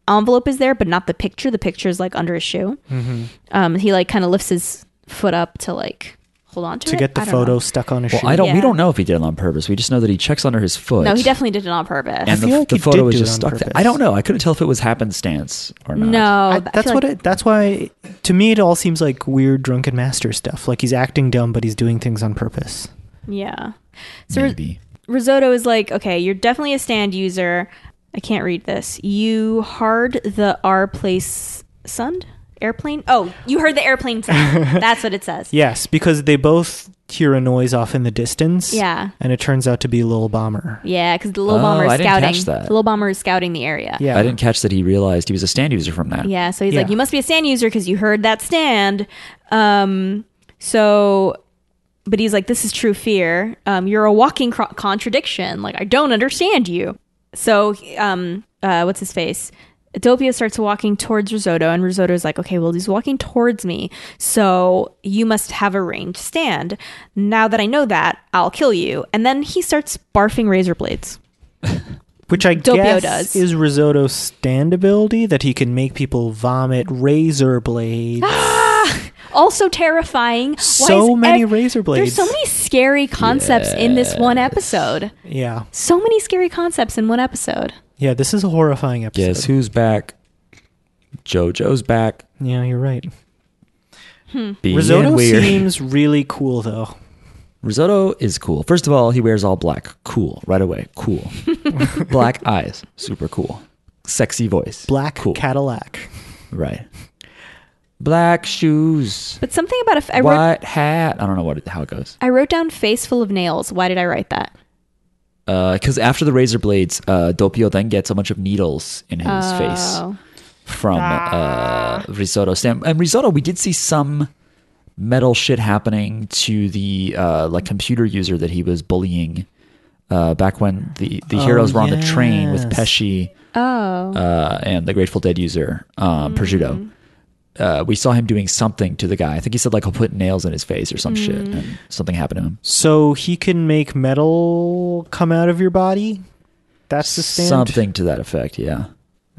[SPEAKER 4] envelope is there, but not the picture. The picture is like under his shoe.
[SPEAKER 3] Mm-hmm.
[SPEAKER 4] Um, he like kind of lifts his foot up to like hold on to,
[SPEAKER 3] to
[SPEAKER 4] it.
[SPEAKER 3] get the
[SPEAKER 4] I don't know.
[SPEAKER 3] photo stuck on his
[SPEAKER 2] Well,
[SPEAKER 3] shoe.
[SPEAKER 2] I don't. We
[SPEAKER 4] Yeah.
[SPEAKER 2] don't know if he did it on purpose. We just know that he checks under his foot.
[SPEAKER 4] No, he definitely did it on purpose.
[SPEAKER 2] And
[SPEAKER 3] I feel
[SPEAKER 2] the,
[SPEAKER 3] like
[SPEAKER 2] the
[SPEAKER 3] he
[SPEAKER 2] photo
[SPEAKER 3] did
[SPEAKER 2] was
[SPEAKER 3] do it
[SPEAKER 2] just
[SPEAKER 3] on
[SPEAKER 2] stuck there.
[SPEAKER 3] purpose.
[SPEAKER 2] I don't know. I couldn't tell if it was happenstance or not.
[SPEAKER 3] I-
[SPEAKER 4] no, Oh, I
[SPEAKER 3] that's
[SPEAKER 4] feel
[SPEAKER 3] what
[SPEAKER 4] like-
[SPEAKER 3] it. That's why to me it all seems like weird drunken master stuff. Like he's acting dumb, but he's doing things on purpose.
[SPEAKER 4] Yeah. So Ri-
[SPEAKER 2] Maybe.
[SPEAKER 4] Risotto is like, okay, you're definitely a stand user. I can't read this. You hard the R place sun airplane. Oh, you heard the airplane sound.
[SPEAKER 2] <laughs>
[SPEAKER 4] That's what it says.
[SPEAKER 3] Yes, because they both hear a noise off in the distance.
[SPEAKER 4] Yeah.
[SPEAKER 3] and it turns out to be Lil Bomber.
[SPEAKER 4] Yeah, because the little
[SPEAKER 2] Oh,
[SPEAKER 4] bomber is
[SPEAKER 2] I didn't
[SPEAKER 4] scouting.
[SPEAKER 2] catch that.
[SPEAKER 4] The little bomber is scouting the area.
[SPEAKER 3] Yeah,
[SPEAKER 2] I didn't catch that he realized he was a stand user from that.
[SPEAKER 4] Yeah, so he's like,
[SPEAKER 3] Yeah.
[SPEAKER 4] you must be a stand user because you heard that stand. Um, so, but he's like, this is true fear. Um, you're a walking cro- contradiction. Like, I don't understand you. So, um, uh, what's his face? Dopia starts walking towards Risotto, and Risotto's like, okay, well, he's walking towards me. So you must have a ranged stand. Now that I know that, I'll kill you. And then he starts barfing razor blades.
[SPEAKER 3] Which I
[SPEAKER 4] Doppio
[SPEAKER 3] guess
[SPEAKER 4] does.
[SPEAKER 3] is Risotto's stand ability that he can make people vomit razor
[SPEAKER 4] <gasps>
[SPEAKER 3] blades.
[SPEAKER 4] also terrifying. Why
[SPEAKER 3] So
[SPEAKER 4] is
[SPEAKER 3] many razor blades.
[SPEAKER 4] There's so many scary concepts in this one episode.
[SPEAKER 3] yeah,
[SPEAKER 4] So many scary concepts in one episode.
[SPEAKER 3] yeah. This is a horrifying episode.
[SPEAKER 2] Guess who's back? JoJo's back.
[SPEAKER 3] Yeah, you're right.
[SPEAKER 2] Being
[SPEAKER 3] Risotto
[SPEAKER 2] weird.
[SPEAKER 3] seems really cool though.
[SPEAKER 2] <laughs> Risotto is cool. First of all, he wears all black. Cool. Right away.
[SPEAKER 3] <laughs>
[SPEAKER 2] Cool. black eyes. Super cool. Sexy voice.
[SPEAKER 3] Black
[SPEAKER 2] Cool.
[SPEAKER 3] Cadillac.
[SPEAKER 2] Right. Black shoes.
[SPEAKER 4] But something about a f- I wrote,
[SPEAKER 2] white hat. I don't know what it, how it goes.
[SPEAKER 4] I wrote down face full of nails. Why did I write that?
[SPEAKER 2] Because Uh, after the razor blades, uh, Doppio then gets a bunch of needles in his
[SPEAKER 4] Oh.
[SPEAKER 2] face from uh, Risotto. Sam and Risotto, we did see some metal shit happening to the uh, like computer user that he was bullying uh, back when the the heroes were on the train with
[SPEAKER 3] yes.
[SPEAKER 2] Pesci
[SPEAKER 4] Oh.
[SPEAKER 2] uh, and the Grateful Dead user uh,
[SPEAKER 4] Mm-hmm.
[SPEAKER 2] Prosciutto. Uh, we saw him doing something to the guy. I think he said like I'll put nails in his face or some shit,
[SPEAKER 4] Mm.
[SPEAKER 2] and something happened to him.
[SPEAKER 3] So he can make metal come out of your body. That's the stand.
[SPEAKER 2] Something to that effect, yeah.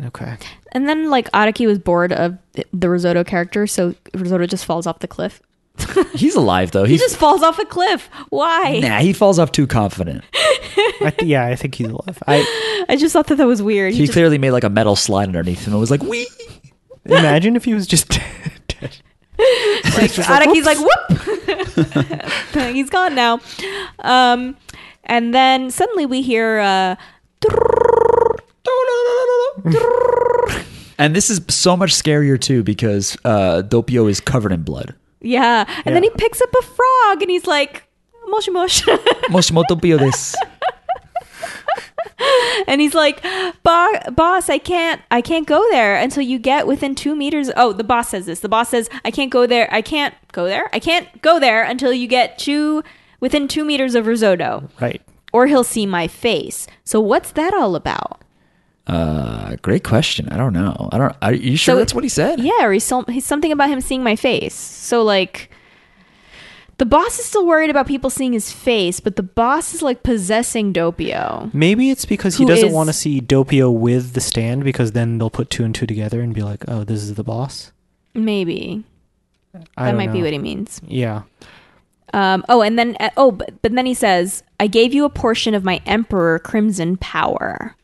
[SPEAKER 3] Okay.
[SPEAKER 4] And then like Araki was bored of th- the risotto character, so risotto just falls off the cliff.
[SPEAKER 2] He's alive though.
[SPEAKER 4] He
[SPEAKER 2] He's
[SPEAKER 4] just falls off a cliff. Why?
[SPEAKER 2] nah. He falls off too confident.
[SPEAKER 3] I th- yeah, I think he's alive. I
[SPEAKER 4] <laughs> I just thought that that was weird. He
[SPEAKER 2] He
[SPEAKER 4] just-
[SPEAKER 2] clearly made like a metal slide underneath him and was like, "Wee."
[SPEAKER 3] imagine if he was just <laughs> dead.
[SPEAKER 4] Araki's like, whoop! <laughs> He's gone now. Um, and then suddenly we hear. Uh, <laughs> <laughs>
[SPEAKER 2] And this is so much scarier too because uh, Doppio is covered in blood.
[SPEAKER 4] yeah. And then he
[SPEAKER 3] Yeah.
[SPEAKER 4] picks up a frog and he's like, mush mush. <laughs>
[SPEAKER 2] Moshimo Doppio this.
[SPEAKER 4] and he's like, "Bo- boss, I can't, I can't go there until you get within two meters. Oh, the boss says this. The boss says, I can't go there. I can't go there. I can't go there until you get two, within two meters of risotto
[SPEAKER 3] Right.
[SPEAKER 4] or he'll see my face. So what's that all about?
[SPEAKER 2] Uh, great question. I don't know. I don't. Are you sure
[SPEAKER 4] So-
[SPEAKER 2] that's what he said?
[SPEAKER 4] Yeah, or he's, so, he's something about him seeing my face. So like the boss is still worried about people seeing his face, but the boss is like possessing Dopio.
[SPEAKER 3] Maybe it's because he
[SPEAKER 4] Who
[SPEAKER 3] doesn't
[SPEAKER 4] is-
[SPEAKER 3] want to see Dopio with the stand because then they'll put two and two together and be like, "Oh, this is the boss."
[SPEAKER 4] Maybe.
[SPEAKER 3] I
[SPEAKER 4] That
[SPEAKER 3] don't
[SPEAKER 4] might be
[SPEAKER 3] know.
[SPEAKER 4] what he means.
[SPEAKER 3] Yeah.
[SPEAKER 4] Um, oh, and then uh, oh, but, but then he says, "I gave you a portion of my emperor crimson power."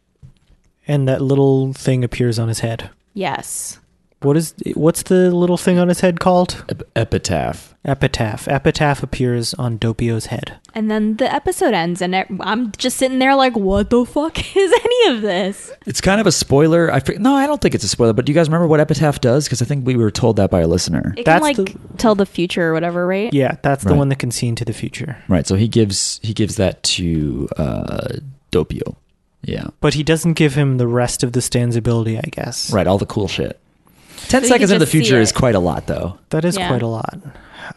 [SPEAKER 3] And that little thing appears on his head.
[SPEAKER 4] Yes.
[SPEAKER 3] What is what's the little thing on his head called?
[SPEAKER 2] Ep- epitaph.
[SPEAKER 3] Epitaph. Epitaph appears on Dopio's head.
[SPEAKER 4] And then the episode ends, and I- I'm just sitting there like, "What the fuck <laughs> is any of this?"
[SPEAKER 2] It's kind of a spoiler. I fr- no, I don't think it's a spoiler. But do you guys remember what epitaph does? Because I think we were told that by a listener.
[SPEAKER 4] It
[SPEAKER 3] That's
[SPEAKER 4] can like
[SPEAKER 3] the-
[SPEAKER 4] tell the future or whatever, right?
[SPEAKER 3] Yeah, that's the
[SPEAKER 2] Right.
[SPEAKER 3] one that can see into the future.
[SPEAKER 2] Right. So he gives he gives that to uh, Doppio. Yeah.
[SPEAKER 3] But he doesn't give him the rest of the stand's ability, I guess.
[SPEAKER 2] Right. All the cool shit. Ten
[SPEAKER 4] So you
[SPEAKER 2] seconds
[SPEAKER 4] can
[SPEAKER 2] into the
[SPEAKER 4] just see
[SPEAKER 2] future
[SPEAKER 4] it.
[SPEAKER 2] is quite a lot, though.
[SPEAKER 3] That is
[SPEAKER 4] Yeah.
[SPEAKER 3] quite a lot.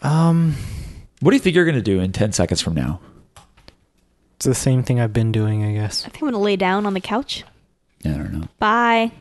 [SPEAKER 3] Um,
[SPEAKER 2] What do you think you're going to do in ten seconds from now?
[SPEAKER 3] it's the same thing I've been doing, I guess.
[SPEAKER 4] I think I'm gonna lay down on the couch.
[SPEAKER 2] I don't know.
[SPEAKER 4] Bye.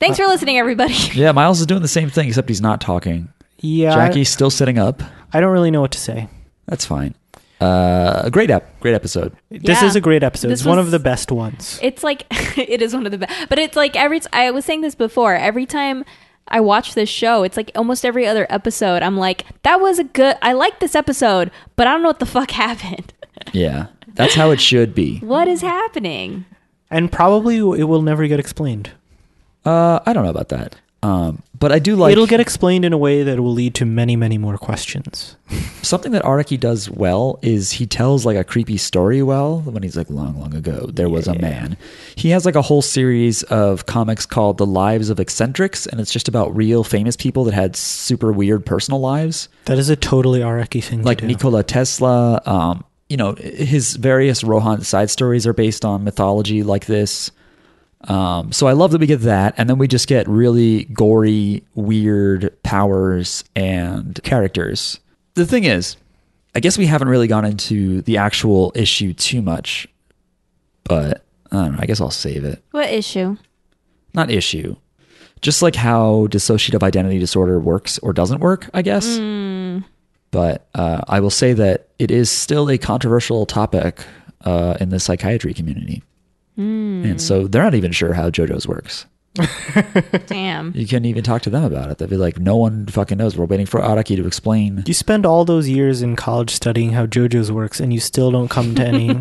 [SPEAKER 4] Thanks for listening, everybody.
[SPEAKER 2] Yeah, Miles is doing the same thing, except he's not talking.
[SPEAKER 3] Yeah, I-
[SPEAKER 2] Jackie's still sitting up.
[SPEAKER 3] I don't really know what to say.
[SPEAKER 2] That's fine. Uh, great app. Great episode.
[SPEAKER 3] This
[SPEAKER 4] Yeah.
[SPEAKER 3] is a great episode.
[SPEAKER 4] This
[SPEAKER 3] it's one of
[SPEAKER 4] was-
[SPEAKER 3] the best ones.
[SPEAKER 4] It's like <laughs> it is one of the best, but it's like every. T- I was saying this before. Every time I watch this show, it's like almost every other episode. I'm like, that was a good. I like this episode, but I don't know what the fuck <laughs> happened.
[SPEAKER 2] Yeah, that's how it should be.
[SPEAKER 4] What is happening?
[SPEAKER 3] and probably it will never get explained.
[SPEAKER 2] Uh, I don't know about that. Um, but I do like
[SPEAKER 3] It'll get explained in a way that will lead to many, many more questions.
[SPEAKER 2] something that Araki does well is he tells like a creepy story well when he's like long long ago there was a man. He has like a whole series of comics called The Lives of Eccentrics and it's just about real famous people that had super weird personal lives
[SPEAKER 3] That is a totally Araki thing
[SPEAKER 2] like
[SPEAKER 3] to do.
[SPEAKER 2] Nikola Tesla um you know his various Rohan side stories are based on mythology like this. Um, so I love that we get that, and then we just get really gory, weird powers and characters. The thing is, I guess we haven't really gone into the actual issue too much, but I don't know. I guess I'll save it.
[SPEAKER 4] What issue?
[SPEAKER 2] Not issue. Just like how dissociative identity disorder works or doesn't work, I guess. But uh, I will say that it is still a controversial topic uh, in the psychiatry community. And so they're not even sure how JoJo's works.
[SPEAKER 4] Damn.
[SPEAKER 2] You couldn't even talk to them about it. They'd be like, no one fucking knows. We're waiting for Araki to explain.
[SPEAKER 3] you spend all those years in college studying how JoJo's works, and you still don't come to any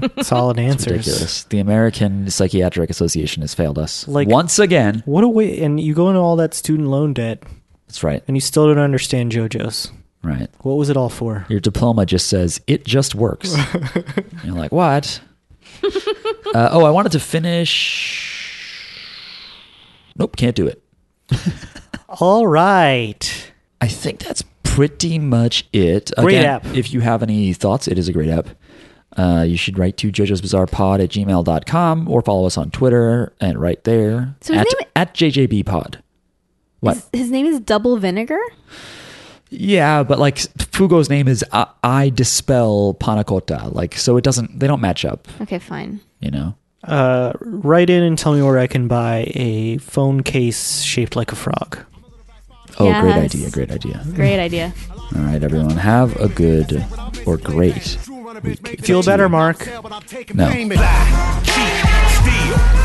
[SPEAKER 2] <laughs>
[SPEAKER 3] solid
[SPEAKER 2] It's
[SPEAKER 3] answers.
[SPEAKER 2] ridiculous. The American Psychiatric Association has failed us.
[SPEAKER 3] Like-
[SPEAKER 2] Once again.
[SPEAKER 3] What a way! And you go into all that student loan debt,
[SPEAKER 2] That's right.
[SPEAKER 3] and you still don't understand JoJo's.
[SPEAKER 2] Right.
[SPEAKER 3] What was it all for?
[SPEAKER 2] Your diploma just says it just
[SPEAKER 3] <laughs>
[SPEAKER 2] works. you're like, what? uh, oh, I wanted to finish. Nope, can't do it.
[SPEAKER 3] All right.
[SPEAKER 2] I think that's pretty much it.
[SPEAKER 3] Great
[SPEAKER 2] Again,
[SPEAKER 3] app.
[SPEAKER 2] If you have any thoughts, it is a great app. Uh, you should write to Jojo's Bizarre Pod at gmail.com or follow us on Twitter and right there
[SPEAKER 4] So his
[SPEAKER 2] at,
[SPEAKER 4] name-
[SPEAKER 2] at JJB Pod. What?
[SPEAKER 4] His, his name is Double Vinegar.
[SPEAKER 2] Yeah, but like Fugo's name is I, I Dispel Panacota. Like, so it doesn't, they don't match up,
[SPEAKER 4] Okay, fine.
[SPEAKER 2] you know?
[SPEAKER 3] Uh, write in and tell me where I can buy a phone case shaped like a frog.
[SPEAKER 2] Oh, great
[SPEAKER 4] Yes.
[SPEAKER 2] idea, great idea.
[SPEAKER 4] Great idea.
[SPEAKER 2] All right, everyone, have a good or great week.
[SPEAKER 3] Feel better, Mark.
[SPEAKER 2] No.
[SPEAKER 5] Fly, cheap, steal,